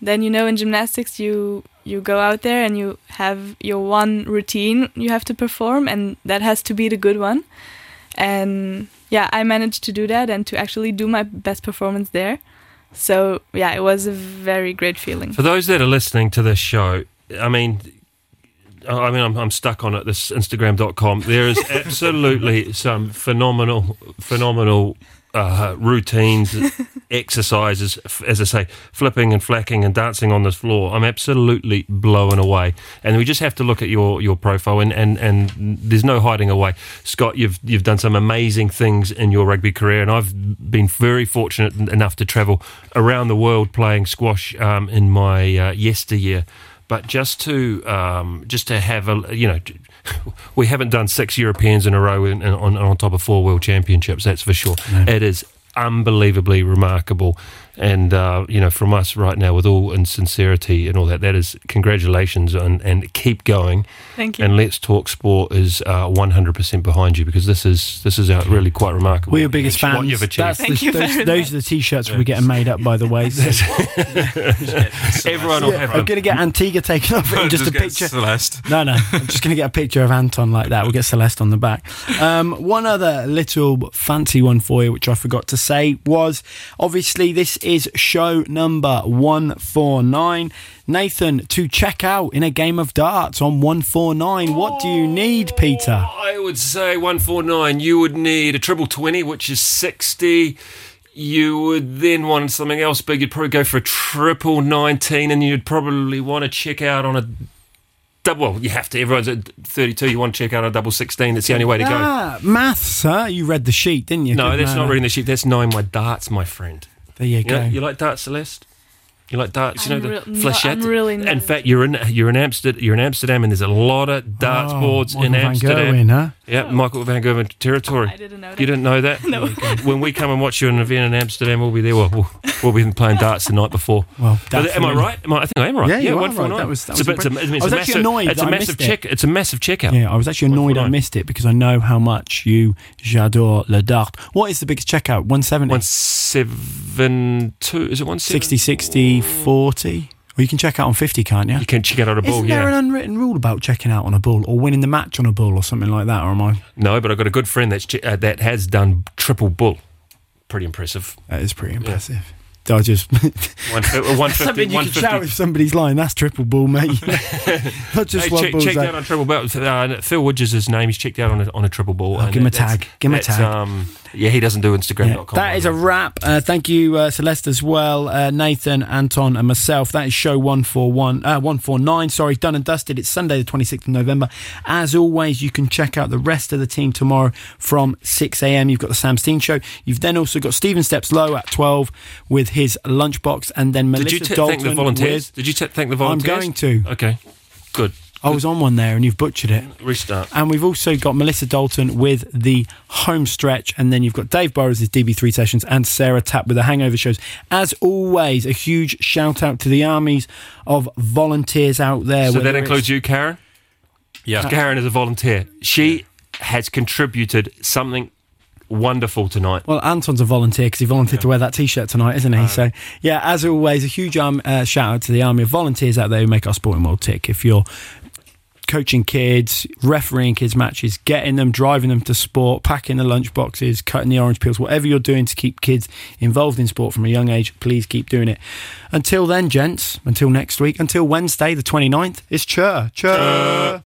[SPEAKER 6] then you know in gymnastics you you go out there and you have your one routine you have to perform, and that has to be the good one and yeah i managed to do that and to actually do my best performance there so yeah it was a very great feeling
[SPEAKER 4] For those that are listening to this show, I mean, I mean, I'm, I'm stuck on it. This Instagram.com. There is absolutely some phenomenal, phenomenal uh, routines, exercises. f- As I say, flipping and flacking and dancing on this floor. I'm absolutely blown away. And we just have to look at your your profile, and and and there's no hiding away. Scott, you've you've done some amazing things in your rugby career, and I've been very fortunate en- enough to travel around the world playing squash um, in my uh, yesteryear but just to um, just to have a you know we haven't done six Europeans in a row in, in- on on top of four world championships that's for sure it is unbelievably remarkable. And, uh, you know, from us right now, with all and sincerity and all that, that is congratulations and, and keep going.
[SPEAKER 6] Thank you.
[SPEAKER 4] And Let's Talk Sport is uh, 100% behind you because this is this is uh, really quite remarkable.
[SPEAKER 5] We're your
[SPEAKER 4] what
[SPEAKER 5] biggest
[SPEAKER 4] you've- what
[SPEAKER 5] fans.
[SPEAKER 4] you've achieved.
[SPEAKER 5] That's
[SPEAKER 6] Thank
[SPEAKER 5] the,
[SPEAKER 6] you
[SPEAKER 5] those,
[SPEAKER 6] very
[SPEAKER 5] those are the t-shirts we're getting made up, by the way. So-
[SPEAKER 4] Everyone will
[SPEAKER 5] Yeah,
[SPEAKER 4] have
[SPEAKER 5] I'm
[SPEAKER 4] them.
[SPEAKER 5] going to get Antigua taken off it in just a
[SPEAKER 9] get
[SPEAKER 5] picture.
[SPEAKER 9] Celeste.
[SPEAKER 5] No, no. I'm just going to get a picture of Anton like that. We'll get Celeste on the back. Um, one other little fancy one for you, which I forgot to say, was obviously this is show number 149. Nathan, to check out in a game of darts on 149, what do you need, Peter?
[SPEAKER 4] I would say 149. You would need a triple 20, which is 60. You would then want something else big. You'd probably go for a triple 19, and you'd probably want to check out on a double. Well, you have to. Everyone's at 32. You want to check out on a double 16. It's the only way to go.
[SPEAKER 5] Ah, maths, huh? You read the sheet, didn't you?
[SPEAKER 4] No,
[SPEAKER 5] Good
[SPEAKER 4] that's
[SPEAKER 5] man.
[SPEAKER 4] not reading the sheet. That's knowing my darts, my friend.
[SPEAKER 5] There you
[SPEAKER 4] You,
[SPEAKER 5] go.
[SPEAKER 4] know, you like darts, Celeste? You like darts? You
[SPEAKER 6] I'm
[SPEAKER 4] know the
[SPEAKER 6] real- no,
[SPEAKER 4] flechette.
[SPEAKER 6] I'm really not.
[SPEAKER 4] In fact, you're in you're in Amsterdam. You're in Amsterdam, and there's a lot of darts
[SPEAKER 5] Oh,
[SPEAKER 4] boards
[SPEAKER 5] Michael
[SPEAKER 4] in
[SPEAKER 5] van
[SPEAKER 4] Amsterdam.
[SPEAKER 5] Gerwen, huh?
[SPEAKER 4] Yeah, Michael Van Gogh territory.
[SPEAKER 6] I didn't know that.
[SPEAKER 4] You didn't know that? no. When we come and watch you in an event in Amsterdam, we'll be there. Well, we'll, we'll be playing darts the night before.
[SPEAKER 5] Well,
[SPEAKER 4] But am I
[SPEAKER 5] definitely.
[SPEAKER 4] right? Am I, I think I am right.
[SPEAKER 5] Yeah, you are
[SPEAKER 4] one
[SPEAKER 5] right.
[SPEAKER 4] for nine.
[SPEAKER 5] That was- that
[SPEAKER 4] It's a
[SPEAKER 5] was
[SPEAKER 4] bit- it's a-
[SPEAKER 5] impressive.
[SPEAKER 4] it's
[SPEAKER 5] I was
[SPEAKER 4] a
[SPEAKER 5] actually
[SPEAKER 4] massive-
[SPEAKER 5] annoyed
[SPEAKER 4] It's
[SPEAKER 5] that
[SPEAKER 4] a
[SPEAKER 5] I
[SPEAKER 4] massive
[SPEAKER 5] missed it.
[SPEAKER 4] check. It's a massive checkout.
[SPEAKER 5] Yeah, I was actually annoyed I
[SPEAKER 4] 149.
[SPEAKER 5] missed it because I know how much you j'adore le dart. What is the biggest checkout? 170?
[SPEAKER 4] One seven two. Is it one
[SPEAKER 5] 60, 60, 40. Or you can check out on 50, can't you?
[SPEAKER 4] You can check out on a ball.
[SPEAKER 5] Isn't
[SPEAKER 4] yeah.
[SPEAKER 5] there an unwritten rule about checking out on a ball or winning the match on a ball or something like that? Or am I?
[SPEAKER 4] no, but I've got a good friend that's che- uh, that has done triple bull. Pretty impressive.
[SPEAKER 5] That is pretty impressive. I just
[SPEAKER 4] One, uh, 150,
[SPEAKER 5] something you can
[SPEAKER 4] 150.
[SPEAKER 5] shout if somebody's lying. That's triple ball, mate. Not just
[SPEAKER 4] Hey,
[SPEAKER 5] eh? one
[SPEAKER 4] check,
[SPEAKER 5] ball.
[SPEAKER 4] checked
[SPEAKER 5] so-
[SPEAKER 4] out on triple ball. Uh, Phil Widges' his name. He's checked out on a, on a triple ball.
[SPEAKER 5] Oh,
[SPEAKER 4] and
[SPEAKER 5] give him a
[SPEAKER 4] that's-
[SPEAKER 5] tag. Give him a
[SPEAKER 4] that's,
[SPEAKER 5] tag.
[SPEAKER 4] Um, yeah, he doesn't do Instagram.
[SPEAKER 5] Yeah,
[SPEAKER 4] dot com.
[SPEAKER 5] that is a wrap. Uh, thank you, uh, Celeste, as well, uh, Nathan, Anton, and myself. That is show 141, uh, 149, sorry, done and dusted. It's Sunday, the 26th of November. As always, you can check out the rest of the team tomorrow from 6 a.m. You've got the Sam Steen Show. You've then also got Stephen Steps Low at 12 with his lunchbox, and then
[SPEAKER 4] Did
[SPEAKER 5] Melissa
[SPEAKER 4] you t-
[SPEAKER 5] Dalton
[SPEAKER 4] thank the volunteers?
[SPEAKER 5] with-
[SPEAKER 4] Did you t- thank the volunteers?
[SPEAKER 5] going to.
[SPEAKER 4] Okay, good.
[SPEAKER 5] I was on one there, and you've butchered it.
[SPEAKER 4] Restart.
[SPEAKER 5] And we've also got Melissa Dalton with the home stretch. And then you've got Dave Burrows' DB3 sessions and Sarah Tapp with the hangover shows. As always, a huge shout out to the armies of volunteers out there.
[SPEAKER 4] So
[SPEAKER 5] whether
[SPEAKER 4] that
[SPEAKER 5] it's-
[SPEAKER 4] includes you, Karen. Yeah, Karen is a volunteer. She has contributed something wonderful tonight.
[SPEAKER 5] Well, Anton's a volunteer because he volunteered to wear that T-shirt tonight, isn't he? so, yeah, as always, a huge um, uh, shout out to the army of volunteers out there who make our sporting world tick. If you're coaching kids, refereeing kids' matches, getting them, driving them to sport, packing the lunch boxes, cutting the orange peels, whatever you're doing to keep kids involved in sport from a young age, please keep doing it. Until then, gents, until next week, until Wednesday, the 29th, it's chur, chur.